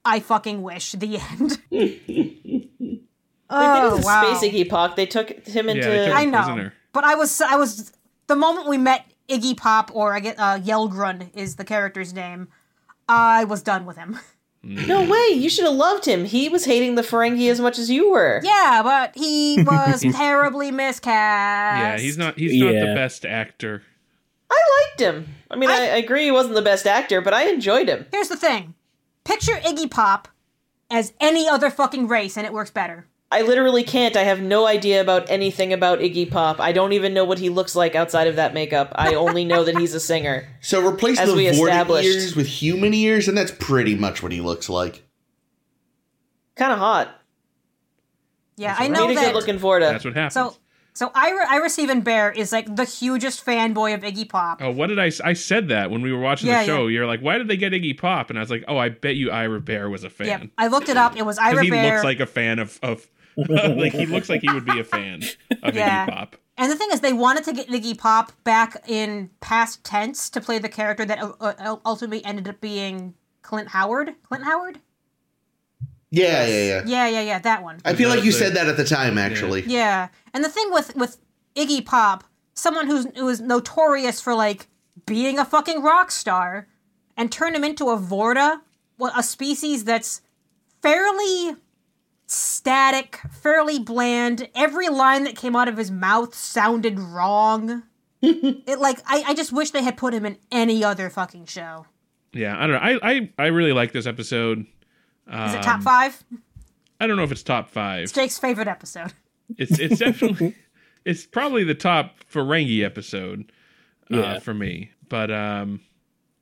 I fucking wish. The end. oh wow!
Space Iggy Pop. They took him into.
they took-
I know,
prisoner.
but I was I was the moment we met Iggy Pop or I get uh, Yelgrun is the character's name. I was done with him.
no way. You should have loved him. He was hating the Ferengi as much as you were.
Yeah, but he was terribly miscast.
yeah, he's not he's not
Yeah.
the best actor.
I liked him. I mean, I, I agree he wasn't the best actor, but I enjoyed him.
Here's the thing. Picture Iggy Pop as any other fucking race and it works better.
I literally can't. I have no idea about anything about Iggy Pop. I don't even know what he looks like outside of that makeup. I only know that he's a singer.
So replace
As
the
we
Vorta
established.
ears with human ears, and that's pretty much what he looks like.
Kind of hot.
Yeah, I know
Made a
that.
good looking Vorta.
That's what happened.
so so Ira Ira Steven Bear is like the hugest fanboy of Iggy Pop.
oh, what did I s- I said that when we were watching
Yeah,
the show. You're like, "Why did they get Iggy Pop?" And I was like, "Oh, I bet you Ira Bear was a fan."
yeah, I looked it up. It was Ira
Because he
Bear.
looks like a fan of of like he looks like he would be a fan of
Yeah.
Iggy Pop.
And the thing is, they wanted to get Iggy Pop back in past tense to play the character that uh, uh, ultimately ended up being Clint Howard. Clint Howard?
Yeah, yeah, yeah.
Yeah, yeah, yeah, that one.
I feel like you
Exactly.
said that at the time, actually.
Yeah, and the thing with with Iggy Pop, someone who's who is notorious for like being a fucking rock star, and turn him into a Vorta, wha- a species that's fairly static, fairly bland. Every line that came out of his mouth sounded wrong. it like I, I just wish they had put him in any other fucking show.
yeah, I don't know. I I, I really like this episode.
Is it
Um,
top five?
I don't know if it's top five.
Jake's favorite episode.
It's it's definitely it's probably the top Ferengi episode uh,
Yeah.
for me. But um,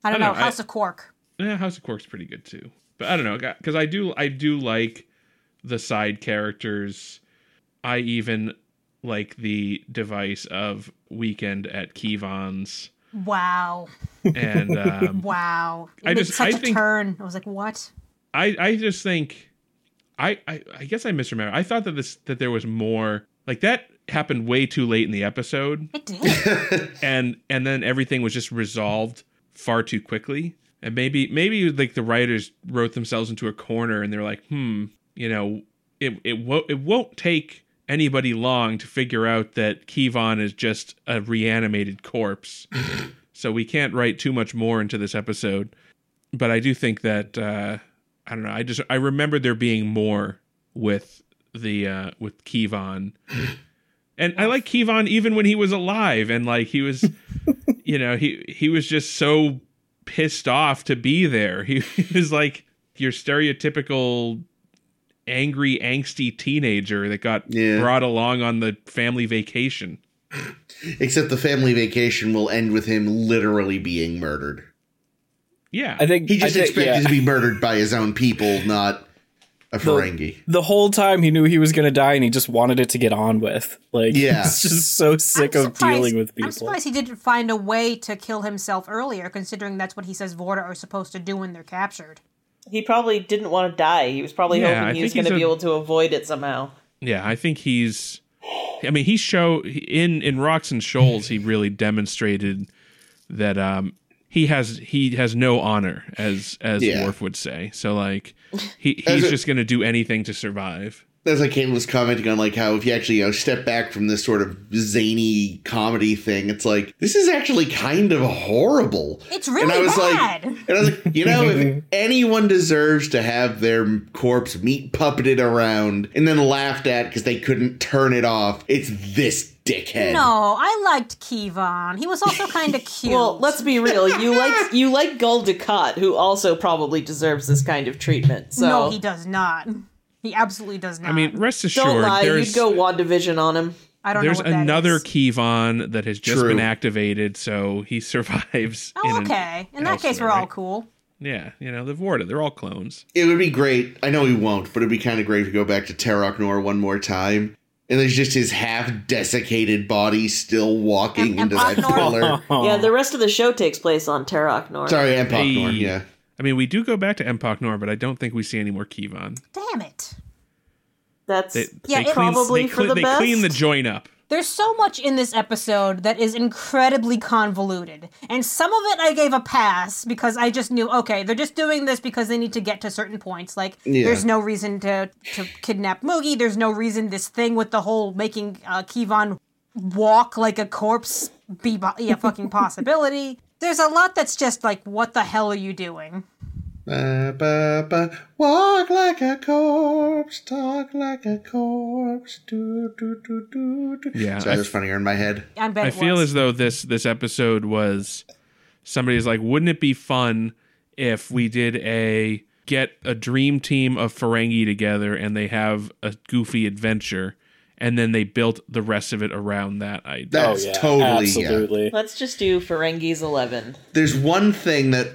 I don't,
I
know.
know, I-
House of Quark.
yeah, Eh, House of Quark's pretty good too. But I don't know because I do I do like the side characters. I even like the device of weekend at Kivon's
Wow.
and um,
Wow. It
I
made
just-
such
I
a
think-
turn. I was like, what?
I I just think I, I I guess I misremember. I thought that this that there was more like that happened way too late in the episode
It did.
and and then everything was just resolved far too quickly and maybe maybe like the writers wrote themselves into a corner and they're like hmm you know it it won't it won't take anybody long to figure out that Kivon is just a reanimated corpse so we can't write too much more into this episode but I do think that uh I don't know I just I remember there being more with the uh with Kivon and I like Kevon even when he was alive and like he was you know, he he was just so pissed off to be there. He was like your stereotypical angry, angsty teenager that got
Yeah.
brought along on the family vacation.
Except the family vacation will end with him literally being murdered.
Yeah.
I think
He just
I think-
expected
yeah.
to be murdered by his own people, not a Ferengi.
the whole time he knew he was going to die and he just wanted it to get on with. Like,
Yeah.
it's just so sick
I'm
of dealing with
I'm
people.
surprised he didn't find a way to kill himself earlier, considering that's what he says Vorta are supposed to do when they're captured.
He probably didn't want to die. He was probably
Yeah,
hoping
I
he was
think
going to
he's
be
a-
able to avoid it somehow.
yeah, I think he's I mean, he show in in Rocks and Shoals he really demonstrated that um he has he has no honor as as
Yeah.
Worf would say. So like he
As
he's
a-
just going to do anything to survive.
That's like Caitlin was commenting on like how if you actually, you know, step back from this sort of zany comedy thing, it's like this is actually kind of horrible.
It's really bad.
like and I was like, you know, if anyone deserves to have their corpse meat puppeted around and then laughed at because they couldn't turn it off, it's this dickhead.
No, I liked Kevon. He was also kind of cute.
Well, let's be real. You like you like Gul Dukat, who also probably deserves this kind of treatment. So
No, he does not. He absolutely does not.
I mean, rest
Ah, don't
assured,
lie. You'd
there's
go WandaVision on him.
I don't
there's
know what that
another
is.
Kivon that has just
True.
been activated, so he survives.
Oh,
an-
okay. In that case,
elsewhere,
we're all
right?
cool.
Yeah, you know the Vorta. They're all clones.
It would be great. I know he won't, but it'd be kind of great to go back to Terok Nor one more time. And there's just his half desiccated body still walking
Em-
into that
Empathnor?
pillar.
Yeah, the rest of the show takes place on Terok Nor.
Sorry, Empathnor.
Hey.
Yeah.
I mean, we do go back to Empok Nor, but I don't think we see any more Kivon.
Damn it.
That's
They,
Yeah,
they
it-
clean,
probably
they
for
clean,
the
they clean the
best.
joint up.
There's so much in this episode that is incredibly convoluted. And some of it I gave a pass because I just knew, okay, they're just doing this because they need to get to certain points. Like,
Yeah.
there's no reason to, to kidnap Moogie. There's no reason this thing with the whole making uh, Kevon walk like a corpse be bo- yeah, fucking possibility. There's a lot that's just like, what the hell are you doing?
Ba, ba, ba. Walk like a corpse, talk like a corpse. Do, do, do, do, do.
Yeah,
Sorry,
I-
that's funnier in my head.
I bet
I
it
feel
was.
as though this this episode was somebody's like, wouldn't it be fun if we did a get a dream team of Ferengi together and they have a goofy adventure, and then they built the rest of it around that idea.
Oh,
That's
yeah.
totally yeah.
Absolutely.
Let's just do Ferengi's eleven.
There's one thing that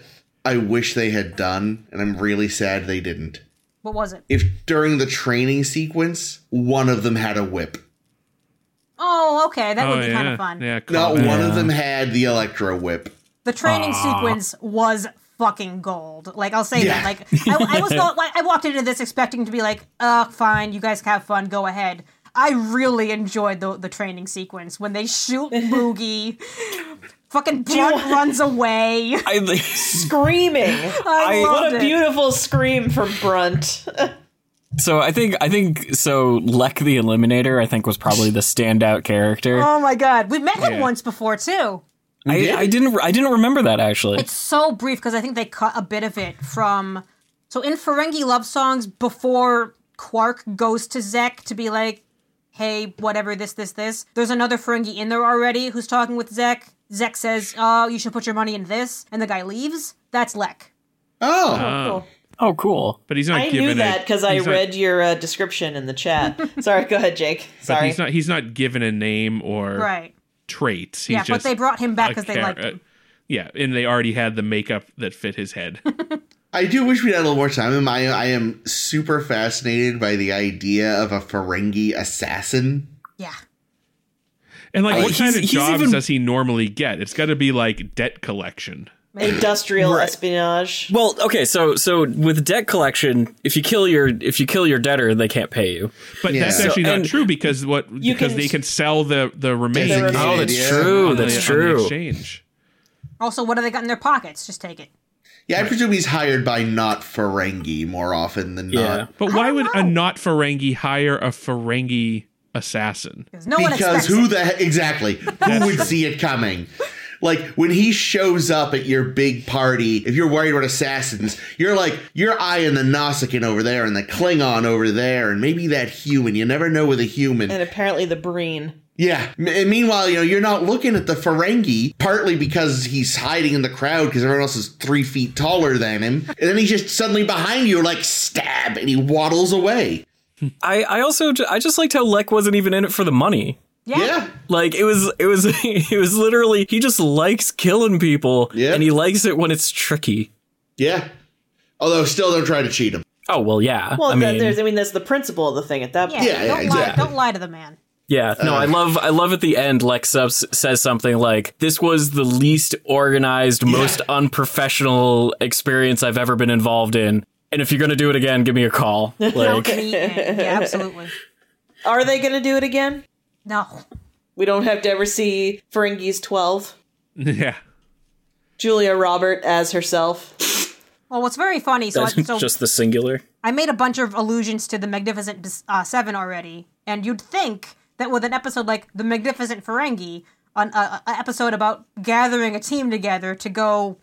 I wish they had done, and I'm really sad they didn't.
What was it?
If during the training sequence, one of them had a whip.
Oh, okay. That
oh
would be
yeah,
kind of fun.
yeah.
Not
callback.
one of them had the electro whip.
The training sequence was fucking gold. Like I'll say
Yeah.
that. Like I, I was going, like, I walked into this expecting to be like, uh, fine, you guys have fun, go ahead. I really enjoyed the the training sequence when they shoot Boogie. Fucking Blunt runs away. I,
Screaming! Oh,
loved
what a
it.
beautiful scream from Brunt.
So I think I think so. Lek the Eliminator, I think, was probably the standout character.
Oh my god, we met him
Yeah.
once before too.
I, I didn't I didn't remember that actually.
It's so brief because I think they cut a bit of it from. So in Ferengi love songs, before Quark goes to Zek to be like, "Hey, whatever this, this, this." There's another Ferengi in there already who's talking with Zek, Zek says, "Oh, you should put your money in this," and the guy leaves. That's Lek.
Oh,
Oh, cool.
But he's not
I
given
knew that because I
he's not-
read your uh, description in the chat. Sorry, go ahead, Jake.
but
Sorry.
he's not he's not given a name or
Right.
traits. He's
Yeah, but
just
they brought him back
a
because they
char-
liked
uh,
him.
yeah, and they already had the makeup that fit his head.
I do wish we had a little more time. Am I I am super fascinated by the idea of a Ferengi assassin.
Yeah.
And like, what
he's-
kind of
he's
jobs
even-
does he normally get? It's got to be like debt collection.
Industrial
Right.
espionage.
Well, okay, so so with debt collection, if you kill your if you kill your debtor, they can't pay you.
But
Yeah.
that's actually
So-
not
and-
true because what because
can-
they can sell the the remaining
Designated,
Oh,
that's
yeah.
true.
on the-
that's
on the
true.
exchange.
Also, what do they got in their pockets? Just take it.
Yeah, I presume he's hired by not Ferengi more often than
Yeah.
not.
But why
don't
would a
know.
not Ferengi hire a Ferengi assassin?
Because no one
Because
expects
who
it.
the he- exactly who would see it coming? Like when he shows up at your big party, if you're worried about assassins, you're like you're eyeing the Nausicaan over there and the Klingon over there, and maybe that human. You never know with a human.
and apparently the Breen.
Yeah. M- and meanwhile, you know, you're not looking at the Ferengi, partly because he's hiding in the crowd because everyone else is three feet taller than him. And then he's just suddenly behind you, like, stab, and he waddles away.
I I also ju- I just liked how Lek wasn't even in it for the money.
Yeah.
Yeah.
Like it was it was it was literally he just likes killing people
Yeah.
and he likes it when it's tricky.
Yeah. Although, still don't try to cheat him.
Oh, well, yeah.
Well,
I
that-
mean,
there's, I mean, that's the principle of the thing at that
Yeah.
point.
Yeah, yeah,
don't lie.
exactly.
Don't lie to the man.
Yeah, no,
Uh.
I love I love at the end Lex Subs says something like this was the least organized, most unprofessional experience I've ever been involved in. And if you're going to do it again, give me a call. Like
Me and- yeah, absolutely.
Are they going to do it again?
No.
We don't have to ever see Ferengi's 12.
Yeah.
Julia Robert as herself.
Well, what's very funny, so, I, so
just the singular.
I made a bunch of allusions to the Magnificent uh, Seven already, and you'd think that with an episode like the Magnificent Ferengi, an uh, a episode about gathering a team together to go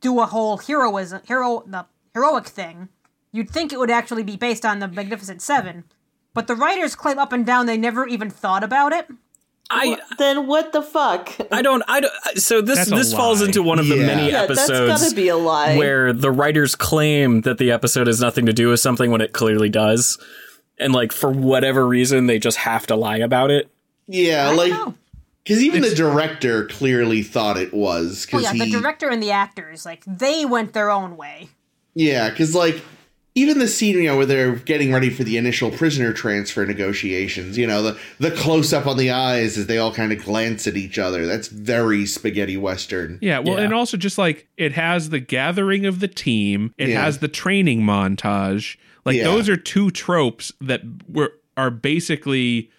do a whole heroism, hero, the heroic thing, you'd think it would actually be based on the Magnificent Seven. But the writers claim up and down they never even thought about it.
I
Then what the fuck?
I don't I don't, so this
That's a
this falls
lie.
into one of the
Yeah.
many
Yeah,
Yeah, that's got
episodes
to be a lie.
where the writers claim that the episode has nothing to do with something when it clearly does. And like for whatever reason they just have to lie about it.
Yeah. like,
know.
because even the director clearly thought it was.
Well,
Cause
Oh, yeah,
he,
the director and the actors, like, they went their own way.
Yeah, because like even the scene you know where they're getting ready for the initial prisoner transfer negotiations, you know the the close up on the eyes as they all kind of glance at each other. That's very spaghetti western.
Yeah, well,
Yeah.
and also just like it has the gathering of the team, it
Yeah.
has the training montage. Like
Yeah.
those are two tropes that were are basically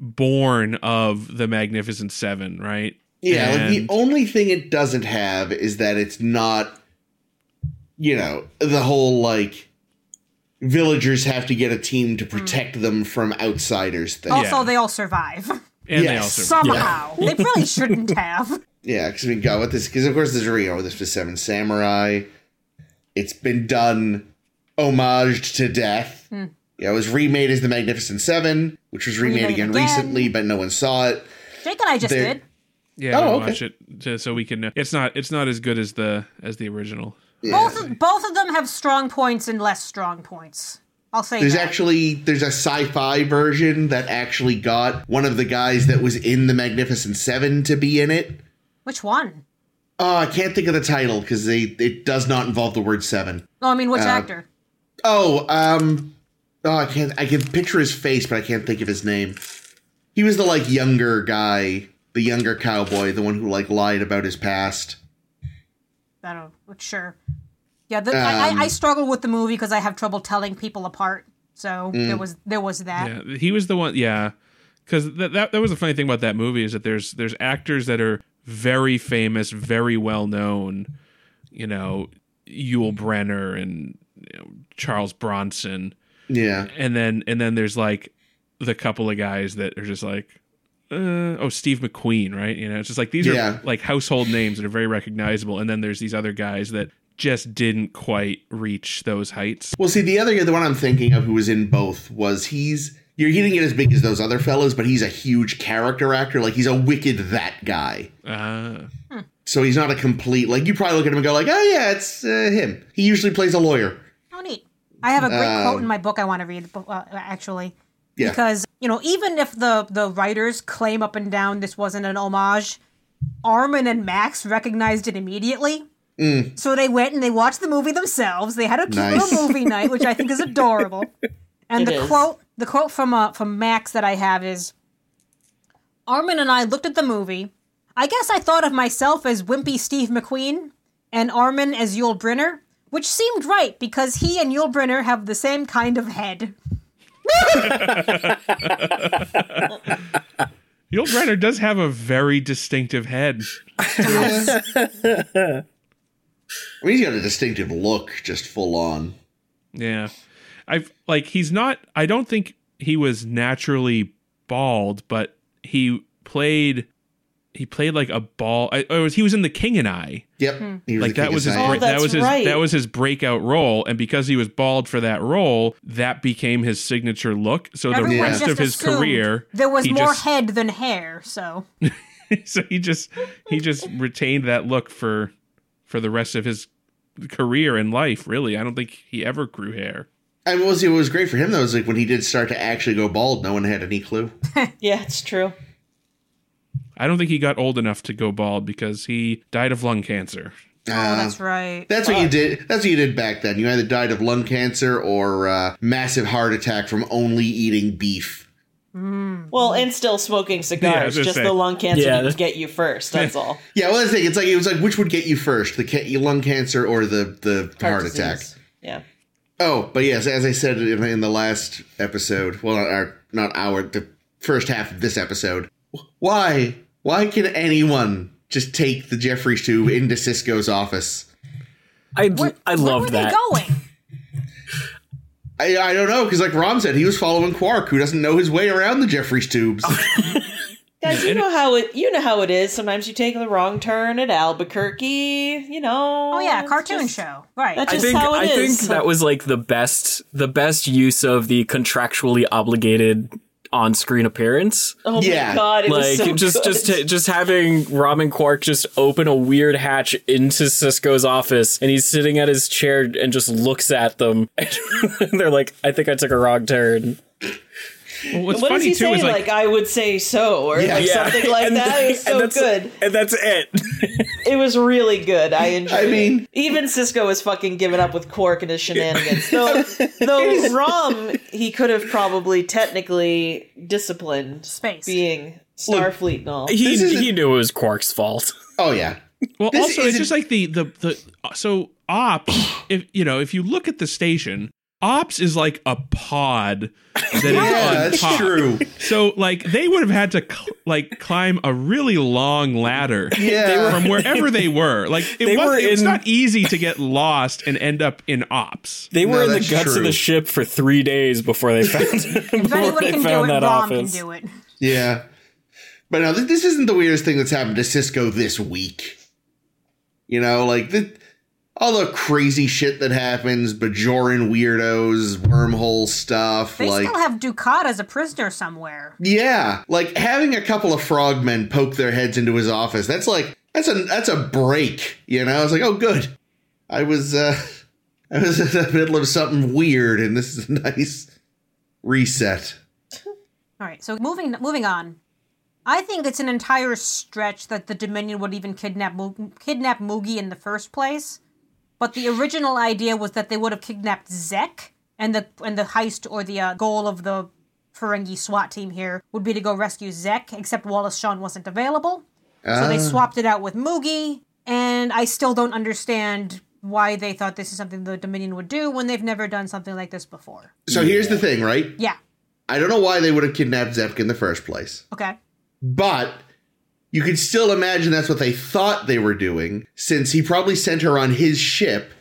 born of the Magnificent Seven, right?
Yeah, like the
And-
only thing it doesn't have is that it's not, you know, the whole like villagers have to get a team to protect them from outsiders thing.
Also,
Yeah.
they all survive.
and they
Yes.
also
Somehow. They probably shouldn't have.
Yeah, because we got with this. Because of course, there's a reason. This was Seven Samurai. It's been done, homaged to death. Yeah, it was remade as the Magnificent Seven, which was remade,
Remade
again,
again.
recently, but no one saw it.
Jake and I just
They-
did.
yeah,
Oh,
we
okay.
watch it to, so we can know. It's not it's not as good as the as the original.
Both of, both of them have strong points and less strong points. I'll say
There's
that.
actually there's a sci-fi version that actually got one of the guys that was in the Magnificent Seven to be in it.
which one?
Oh, I can't think of the title because they it does not involve the word seven.
No, I mean
Uh,
which actor?
Oh, um, oh, I can't. I can picture his face, but I can't think of his name. He was the like younger guy, the younger cowboy, the one who like lied about his past.
I don't. know. Sure. Yeah, the, I,
um,
I, I struggle with the movie because I have trouble telling people apart. So there
Mm.
was there was that.
Yeah, he was the one. Yeah, because that, that that was the funny thing about that movie is that there's there's actors that are very famous, very well known. You know, Yul Brenner and you know, Charles Bronson,
Yeah,
and then and then there's like the couple of guys that are just like. Uh, oh, Steve McQueen, right? You know, it's just like these
Yeah.
are like household names that are very recognizable, and then there's these other guys that just didn't quite reach those heights.
Well, see, the other guy, the one I'm thinking of who was in both was he's You're, he didn't get as big as those other fellas, but he's a huge character actor. Like he's a wicked that guy.
Uh,
So he's not a complete like you probably look at him and go like, oh yeah, it's uh, him. He usually plays a lawyer.
Oh, neat. I have a great quote
Um,
in my book I want to read, but, uh, actually.
Yeah.
Because, you know, even if the, the writers claim up and down this wasn't an homage, Armin and Max recognized it immediately. So they went and they watched the movie themselves. They had a cute
Mm. Nice.
little movie night, which I think is adorable. And
It
the
is.
quote the quote from uh, from Max that I have is Armin and I looked at the movie. I guess I thought of myself as wimpy Steve McQueen and Armin as Yul Brynner, which seemed right because he and Yul Brynner have the same kind of head.
Yul Brenner does have a very distinctive head.
I mean, he's got a distinctive look, just full on.
Yeah. I've like he's not I don't think he was naturally bald, but he played he played like a ball. I, I was, he was in The King and I.
Yep. He was
Hmm. Like
the
that
king
was
of
his
Zion.
break- that
Oh, that's
was his
right.
that was his breakout role, and because he was bald for that role, that became his signature look. So the
Everyone
rest
just
of his
assumed
career,
There was
he
more
just-
head than hair, so
so he just he just retained that look for for the rest of his career and life. Really, I don't think he ever grew hair.
I mean, what was, what was great for him though is like when he did start to actually go bald, no one had any clue.
Yeah, it's true.
I don't think he got old enough to go bald because he died of lung cancer.
Oh, that's right.
That's what you did. That's what you did back then. You either died of lung cancer or uh, massive heart attack from only eating beef.
Well, and still smoking
Yeah, I
cigars.
was gonna
just
say.
the lung cancer
Yeah,
didn't
that's-
get you first. That's all.
Yeah, well, that's the thing. It's like it was like which would get you first, the ca- lung cancer or the the heart,
disease.
attack.
Yeah.
Oh, but yes, as I said in, in the last episode, well, not our, not our, the first half of this episode. Why? Why can anyone just take the Jeffries tube into Cisco's office?
I I
Where were
loved
they
that.
going?
I, I don't know because, like Rom said, he was following Quark, who doesn't know his way around the Jeffries tubes.
Guys, you know how it you know how it is. Sometimes you take the wrong turn at Albuquerque, you know.
Oh yeah,
it's
cartoon
just-
show. Right.
That's
I
just
think
how it
I
is.
think that was like the best the best use of the contractually obligated on screen appearance.
Oh
Yeah.
my god, it
like
was so
just
good.
just just having Ramen Quark just open a weird hatch into Cisco's office, and he's sitting at his chair and just looks at them. and they're like, "I think I took a wrong turn."
Well, what's
what does
funny
he
too
say?
is
Like,
like,
I would say so, or like something like
And-
that. It
and
was so
that's-
good.
and that's it.
It was really good. I enjoyed.
I mean,
it. even Cisco was fucking giving up with Quark and his shenanigans. though, though Rom, he could have probably technically disciplined
Spaced.
being Starfleet and all.
he
This isn't-
he knew it was Quark's fault.
oh yeah,
well,
this
also it's
isn't-
just like the the the so ops. if you know, if you look at the station, ops is like a pod that is
yeah,
on
that's
top.
true.
So like they would have had to cl- like climb a really long ladder.
Yeah.
From wherever they were, like it
They
was,
were
it's
in-
not easy to get lost and end up in ops.
They were
No,
in the
that's
guts
true.
of the ship for three days before they found
if
before
anyone
they
can do
found
it,
that
Rom
office.
can do it.
Yeah. But no, th- this isn't the weirdest thing that's happened to Cisco this week. You know, like the, all the crazy shit that happens, Bajoran weirdos, wormhole stuff,
They
like
still have Ducat as a prisoner somewhere.
yeah, like having a couple of frogmen poke their heads into his office. That's like that's a that's a break. You know, it's like oh good, I was uh, I was in the middle of something weird, and this is a nice reset.
All right, so moving moving on. I think it's an entire stretch that the Dominion would even kidnap Mo- kidnap Moogie in the first place. But the original idea was that they would have kidnapped Zek, and the and the heist or the uh, goal of the Ferengi SWAT team here would be to go rescue Zek. Except Wallace Shawn wasn't available, so
Ah. Uh,
they swapped it out with Moogie. And I still don't understand why they thought this is something the Dominion would do when they've never done something like this before.
So here's the thing, right?
Yeah.
I don't know why they would have kidnapped Zepk in the first place,
Okay.
but you could still imagine that's what they thought they were doing, since he probably sent her on his ship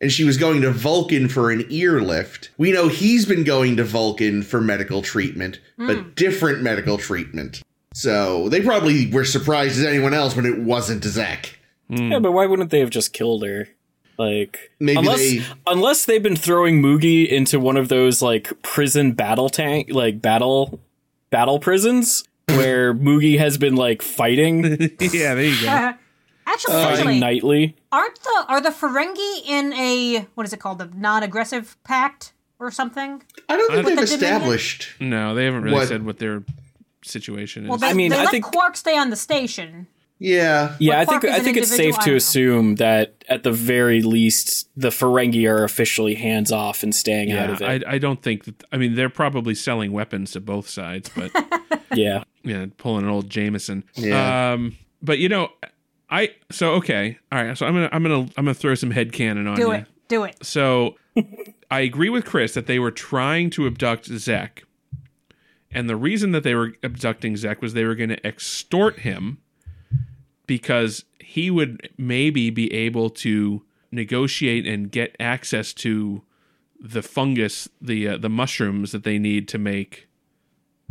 and she was going to Vulcan for an ear lift. We know he's been going to Vulcan for medical treatment, but different medical treatment. So they probably were surprised as anyone else when it wasn't Zek.
Hmm. Yeah, but why wouldn't they have just killed her? Like
Maybe
unless
they-
unless they've been throwing Moogie into one of those like prison battle tank like battle battle prisons where Moogie has been like fighting
yeah, there you go.
Actually,
fighting
actually,
nightly.
aren't the are the Ferengi in a what is it called the non-aggressive pact or something?
I don't think
With
they've
the Dominion?
established.
No, they haven't really
What?
said what their situation is.
Well, they,
I mean,
they
I
let
think-
Quark stay on the station.
Yeah.
Yeah,
But
I think
Quark is
I
an
think it's
individual
safe to
island.
assume that at the very least the Ferengi are officially hands off and staying out
yeah,
of
I,
it.
I don't think. That, I mean, they're probably selling weapons to both sides, but
yeah.
yeah, pulling an old Jameson.
Yeah.
Um, but you know, I so okay, all right. So I'm gonna I'm gonna I'm gonna throw some head cannon on
Do
you.
it, do it.
So I agree with Chris that they were trying to abduct Zek. And the reason that they were abducting Zek was they were going to extort him because he would maybe be able to negotiate and get access to the fungus, the uh, the mushrooms that they need to make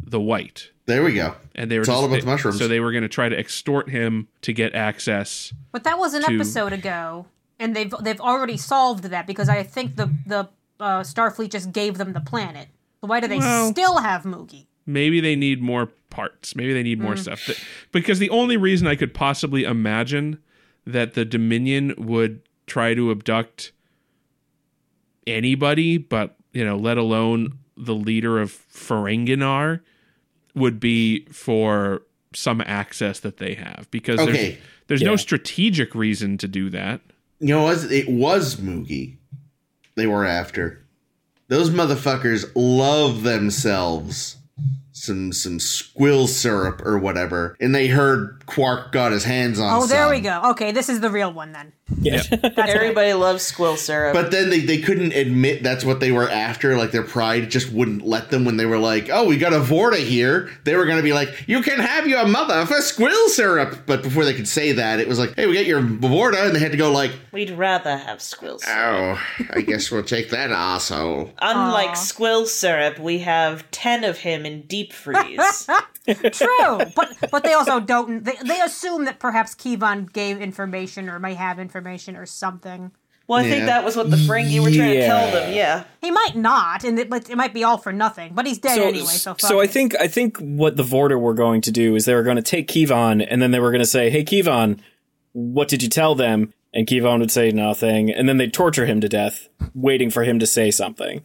the white
There we go.
and they were
It's all
just-
about the mushrooms.
So they were going to try to extort him to get access.
But that was an
to-
episode ago, and they've they've already solved that because I think the the uh, Starfleet just gave them the planet. So why do they
Well-
still have Moogie?
Maybe they need more parts. Maybe they need more stuff. Th- Because the only reason I could possibly imagine that the Dominion would try to abduct anybody, but you know, let alone the leader of Ferenginar, would be for some access that they have. Because
Okay.
there's, there's
Yeah.
no strategic reason to do that.
You know, it was, it was Moogie they were after. Those motherfuckers love themselves some some squill syrup or whatever, and they heard Quark got his hands on.
Oh, there
some.
we go. Okay, this is the real one then.
Everybody loves squill syrup.
But then they, they couldn't admit that's what they were after. Like their pride just wouldn't let them when they were like, oh, we got a Vorta here. They were going to be like, you can have your mother for squill syrup. But before they could say that, it was like, hey, we got your Vorta. And they had to go like,
We'd rather have squill syrup.
oh, I guess we'll take that asshole.
Unlike
Aw.
squill syrup, we have ten of him in deep freeze.
True, but but they also don't. They, they assume that perhaps Kevon gave information or may have information or something.
well, I
Yeah.
think that was what the Ferengi were trying to tell them. Yeah,
He might not, and it, but it might be all for nothing. But he's dead
so,
anyway. So, fuck
so I
it.
think I think what the Vorta were going to do is they were going to take Kivon and then they were going to say, "Hey Kivon, what did you tell them?" And Kivon would say nothing, and then they'd torture him to death, waiting for him to say something.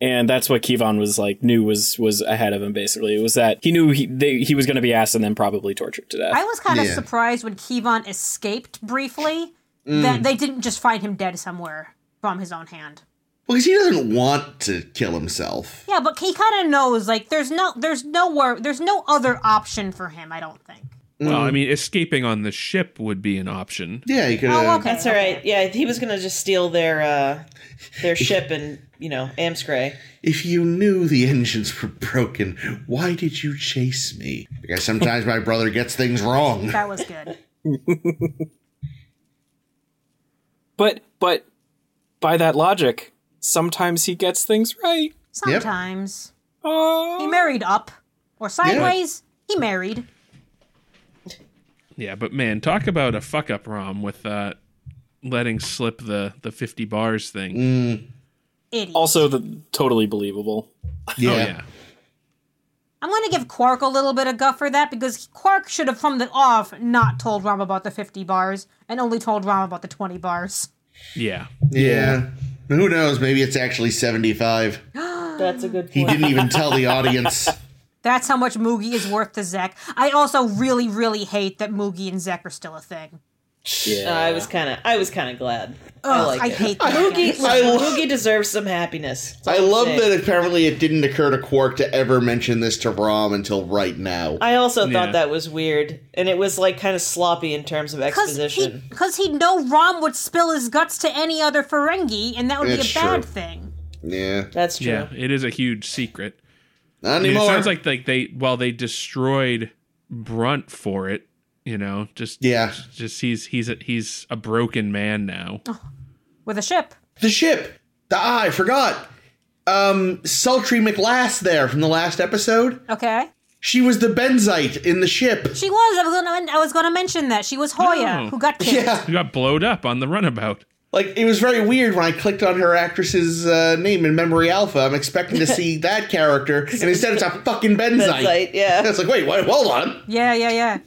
And that's what Kivon was like knew was was ahead of him. Basically, it was that he knew he they, he was going to be asked and then probably tortured to death.
I was kind of
Yeah.
surprised when Kevon escaped briefly
Mm.
that they didn't just find him dead somewhere from his own hand.
Well, because he doesn't want to kill himself.
Yeah, but he kind of knows like there's no there's nowhere there's no other option for him. I don't think.
Well,
Mm.
I mean, escaping on the ship would be an option.
Yeah, he could have.
Oh, okay.
that's all right. Yeah, he was gonna just steal their uh, their ship and you know Amscray.
If you knew the engines were broken, why did you chase me? Because sometimes my brother gets things
Oh,
wrong.
That was good.
but but by that logic, sometimes he gets things right.
Sometimes
Oh,
he married up or sideways. He married.
Yeah, but man, talk about a fuck up rom with uh, letting slip the the fifty bars thing.
Idiot.
also the, totally believable.
Yeah.
Oh yeah,
I'm going to give Quark a little bit of guff for that because Quark should have, from the off, not told Rom about the 50 bars and only told Rom about the 20 bars.
yeah.
Yeah. Who knows? Maybe it's actually 75.
That's a good
He didn't even tell the audience.
That's how much Moogie is worth to Zek. I also really, really hate that Moogie and Zek are still a thing.
Yeah,
I was kind of I was kind of glad. I
Ugh,
like
I
it.
hate that.
Moogie,
I lo-
Moogie deserves some happiness.
I love that apparently it didn't occur to Quark to ever mention this to Rom until right now.
I also
Yeah.
thought that was weird, and it was like kind of sloppy in terms of
Because he,
exposition.
'cause he'd know Rom would spill his guts to any other Ferengi, and that would
It's
be a bad
true.
thing.
Yeah.
That's true.
yeah. It is a huge secret.
Not
I mean,
anymore.
it sounds like like they well they destroyed Brunt for it. You know, just
Yeah.
just he's he's a, he's a broken man now.
With a ship.
the ship. The eye. forgot. Um, Sultry McLass there from the last episode.
Okay.
She was the Benzite in the ship.
She was. I was going to I was gonna mention that. She was Hoya,
Oh.
who got kicked.
Hmm. Yeah.
He got blowed up on the runabout.
like it was very weird when I clicked on her actress's uh, name in Memory Alpha. I'm expecting to see that character, and instead it's a fucking Benzite.
Benzite, yeah.
It's like, wait, wait, hold on.
Yeah, yeah, yeah.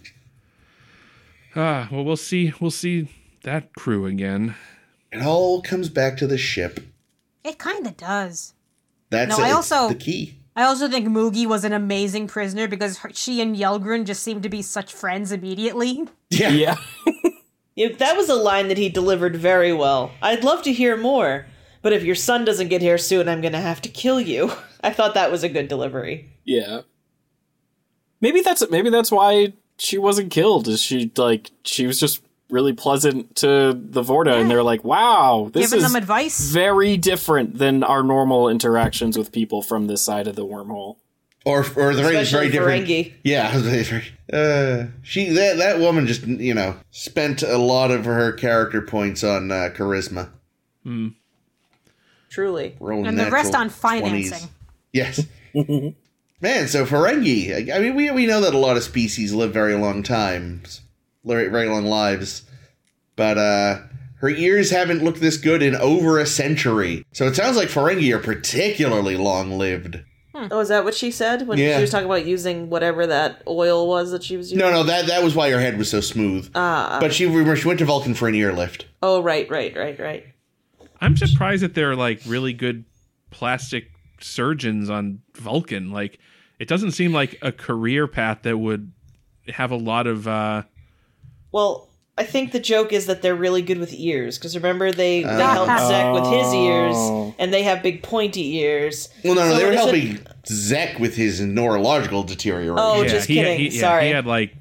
Ah, well, we'll see. We'll see that crew again.
It all comes back to the ship.
It kind of does.
That's
No, I
it.
also-
the key.
I also think Moogie was an amazing prisoner because her, she and Yelgren just seemed to be such friends immediately.
Yeah.
Yeah.
Yeah, that was a line that he delivered very well. I'd love to hear more, but if your son doesn't get here soon, I'm going to have to kill you. I thought that was a good delivery.
Yeah. Maybe that's maybe that's why she wasn't killed. Is she like she was just really pleasant to the Vorta, and they're like, "Wow, this
Giving
is
them advice.
very different than our normal interactions with people from this side of the wormhole."
Or, or the very, very
Especially
different.
Ferengi.
Yeah, very, very. Uh, she that that woman just you know spent a lot of her character points on uh, charisma.
Truly.
Rolling
And the rest
natural
on financing.
20s. Yes. Man, so Ferengi. I, I mean, we we know that a lot of species live very long times, very very long lives, but uh, her ears haven't looked this good in over a century. So it sounds like Ferengi are particularly long lived.
Oh, is that what she said when
Yeah.
she was talking about using whatever that oil was that she was using?
No, no, that that was why her head was so smooth.
Uh,
Ah.
But she remember she went to Vulcan for an ear lift.
Oh, right, right, right, right.
I'm surprised that they're like really good plastic surgeons on Vulcan. Like, it doesn't seem like a career path that would have a lot of. uh
Well, I think the joke is that they're really good with ears because remember they,
Ah.
they helped Zach with his ears, and they have big pointy ears.
Oh. Well, no, no,
So
they were
is it-
helping Zek with his neurological deterioration.
Oh, just
he,
kidding.
he- yeah,
Sorry.
he had like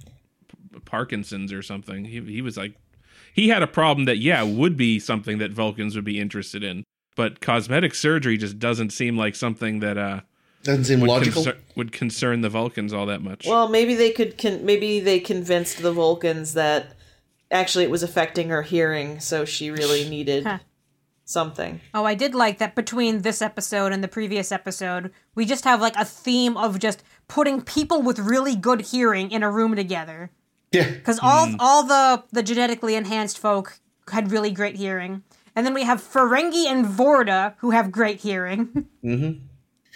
Parkinson's or something. He he was like he had a problem that yeah would be something that Vulcans would be interested in, but cosmetic surgery just doesn't seem like something that uh
Doesn't seem
would,
logical.
concer- would concern the Vulcans all that much.
Well, maybe they could. Con- maybe they convinced the Vulcans that actually it was affecting her hearing, so she really needed
Huh.
something.
Oh, I did like that between this episode and the previous episode, we just have like a theme of just putting people with really good hearing in a room together.
yeah.
Because all
Hmm.
all the the genetically enhanced folk had really great hearing. And then we have Ferengi and Vorta who have great hearing.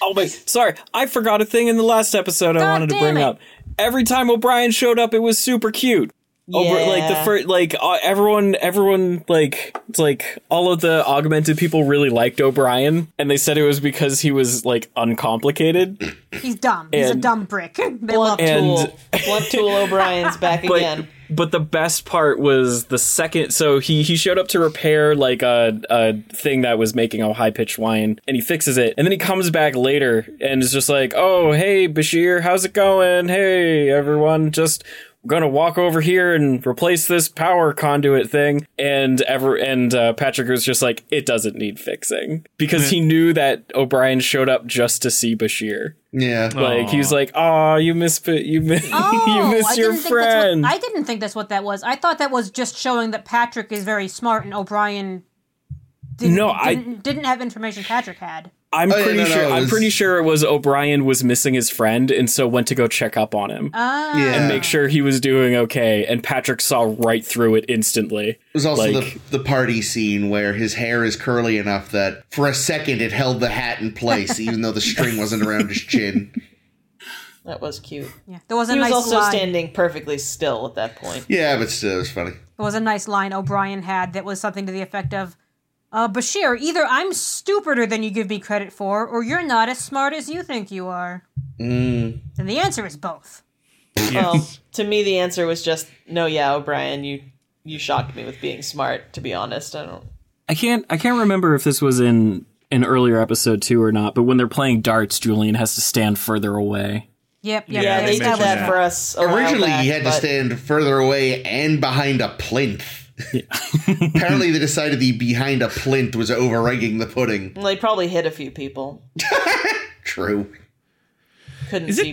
Oh wait, sorry, I forgot a thing in the last episode I
God
wanted to
damn
bring
it.
up. Every time O'Brien showed up, it was super cute. Over like the
Yeah.
first, like uh, everyone, everyone like it's like all of the augmented people really liked O'Brien, and they said it was because he was like uncomplicated.
He's dumb. He's a
And-
dumb brick. They love
Blunt
him.
and-
Tool. Blunt Tool O'Brien's back
But
again.
but the best part was the second. So he he showed up to repair like a a thing that was making a high pitched whine, and he fixes it, and then he comes back later and is just like, "Oh hey Bashir, how's it going? Hey everyone, just." Gonna walk over here and replace this power conduit thing, and ever and uh, Patrick was just like, it doesn't need fixing because he knew that O'Brien showed up just to see Bashir.
Yeah.
Like he's like, "Oh, you miss, you miss, you miss your
Oh, didn't think that's what-
friend."
I didn't think that's what that was. I thought that was just showing that Patrick is very smart and O'Brien didn't,
No, I-
didn't, didn't have information Patrick had.
I'm
Oh, yeah,
pretty
no, no,
sure.
it
I'm
was-
pretty sure it was O'Brien was missing his friend, and so went to go check up on him
Ah.
yeah.
and make sure he was doing okay. And Patrick saw right through it instantly.
It was also
Like-
the the party scene where his hair is curly enough that for a second it held the hat in place, even though the string wasn't around his chin.
That was cute.
Yeah. There was a
He was
nice
also
line.
standing perfectly still at that point.
Yeah, but still, it was funny.
There was a nice line O'Brien had that was something to the effect of uh, Bashir, either I'm stupider than you give me credit for, or you're not as smart as you think you are.
Mm.
And the answer is both.
Well, to me, the answer was just no. Yeah, O'Brien, you you shocked me with being smart. To be honest, I don't.
I can't. I can't remember if this was in an earlier episode too or not. But when they're playing darts, Julian has to stand further away.
Yep, yep.
Yeah,
Yeah,
yep.
they
they did
mentioned
that
that.
for us. a while
Originally,
back,
he had to
but-
stand further away and behind a plinth. Apparently, they decided the behind a plinth was overegging the pudding.
Well, They probably hit a few people.
True.
Couldn't
Is
see
it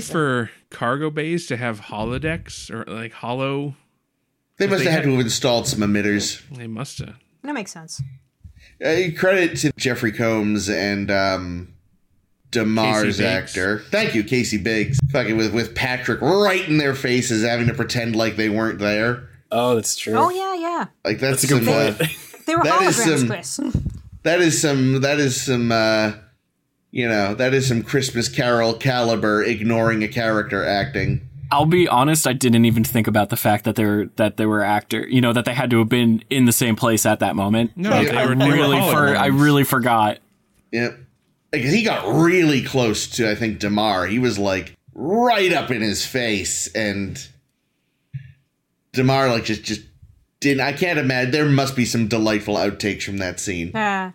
properly, so-
for cargo bays to have holodecks or like hollow?
They must
they
have had
had-
to have installed some emitters.
They must have.
That makes sense.
Uh, credit to Jeffrey Combs and um, Demar's
Casey Biggs.
actor. Thank you, Casey Biggs. Fucking with with Patrick right in their faces, having to pretend like they weren't there.
Oh, that's true.
Oh, yeah, yeah.
Like that's,
a good
some, uh,
point.
They They were
That is
holograms,
some-
Chris.
That is some. That is some. Uh, you know, that is some Christmas Carol caliber ignoring a character acting.
I'll be honest, I didn't even think about the fact that they're that they were actor, you know, that they had to have been in the same place at that moment.
No,
Like,
they
I
were- they were
really for,
holograms.
I really forgot.
Yep. Because he got really close to, I think, Damar. He was like right up in his face, and Damar like just just didn't. I can't imagine. There must be some delightful outtakes from that scene.
Yeah.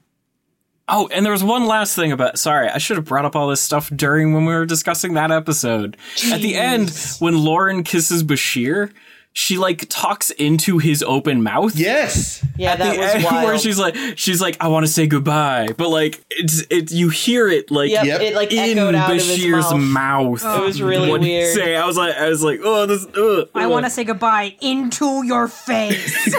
Oh, and there was one last thing about. Sorry, I should have brought up all this stuff during when we were discussing that episode. At the end, when Lauren kisses Bashir, she like talks into his open mouth.
Yes.
Yeah,
At
that
the
was
end
wild.
where she's like, she's like, I want to say goodbye, but like, it's it. You hear it like
yep,
Yep.
it like
in
echoed out of his
Bashir's
mouth.
mouth.
It was really
What did he
weird.
Say, I was like, I was like, oh, this. Uh,
I want to say goodbye into your face.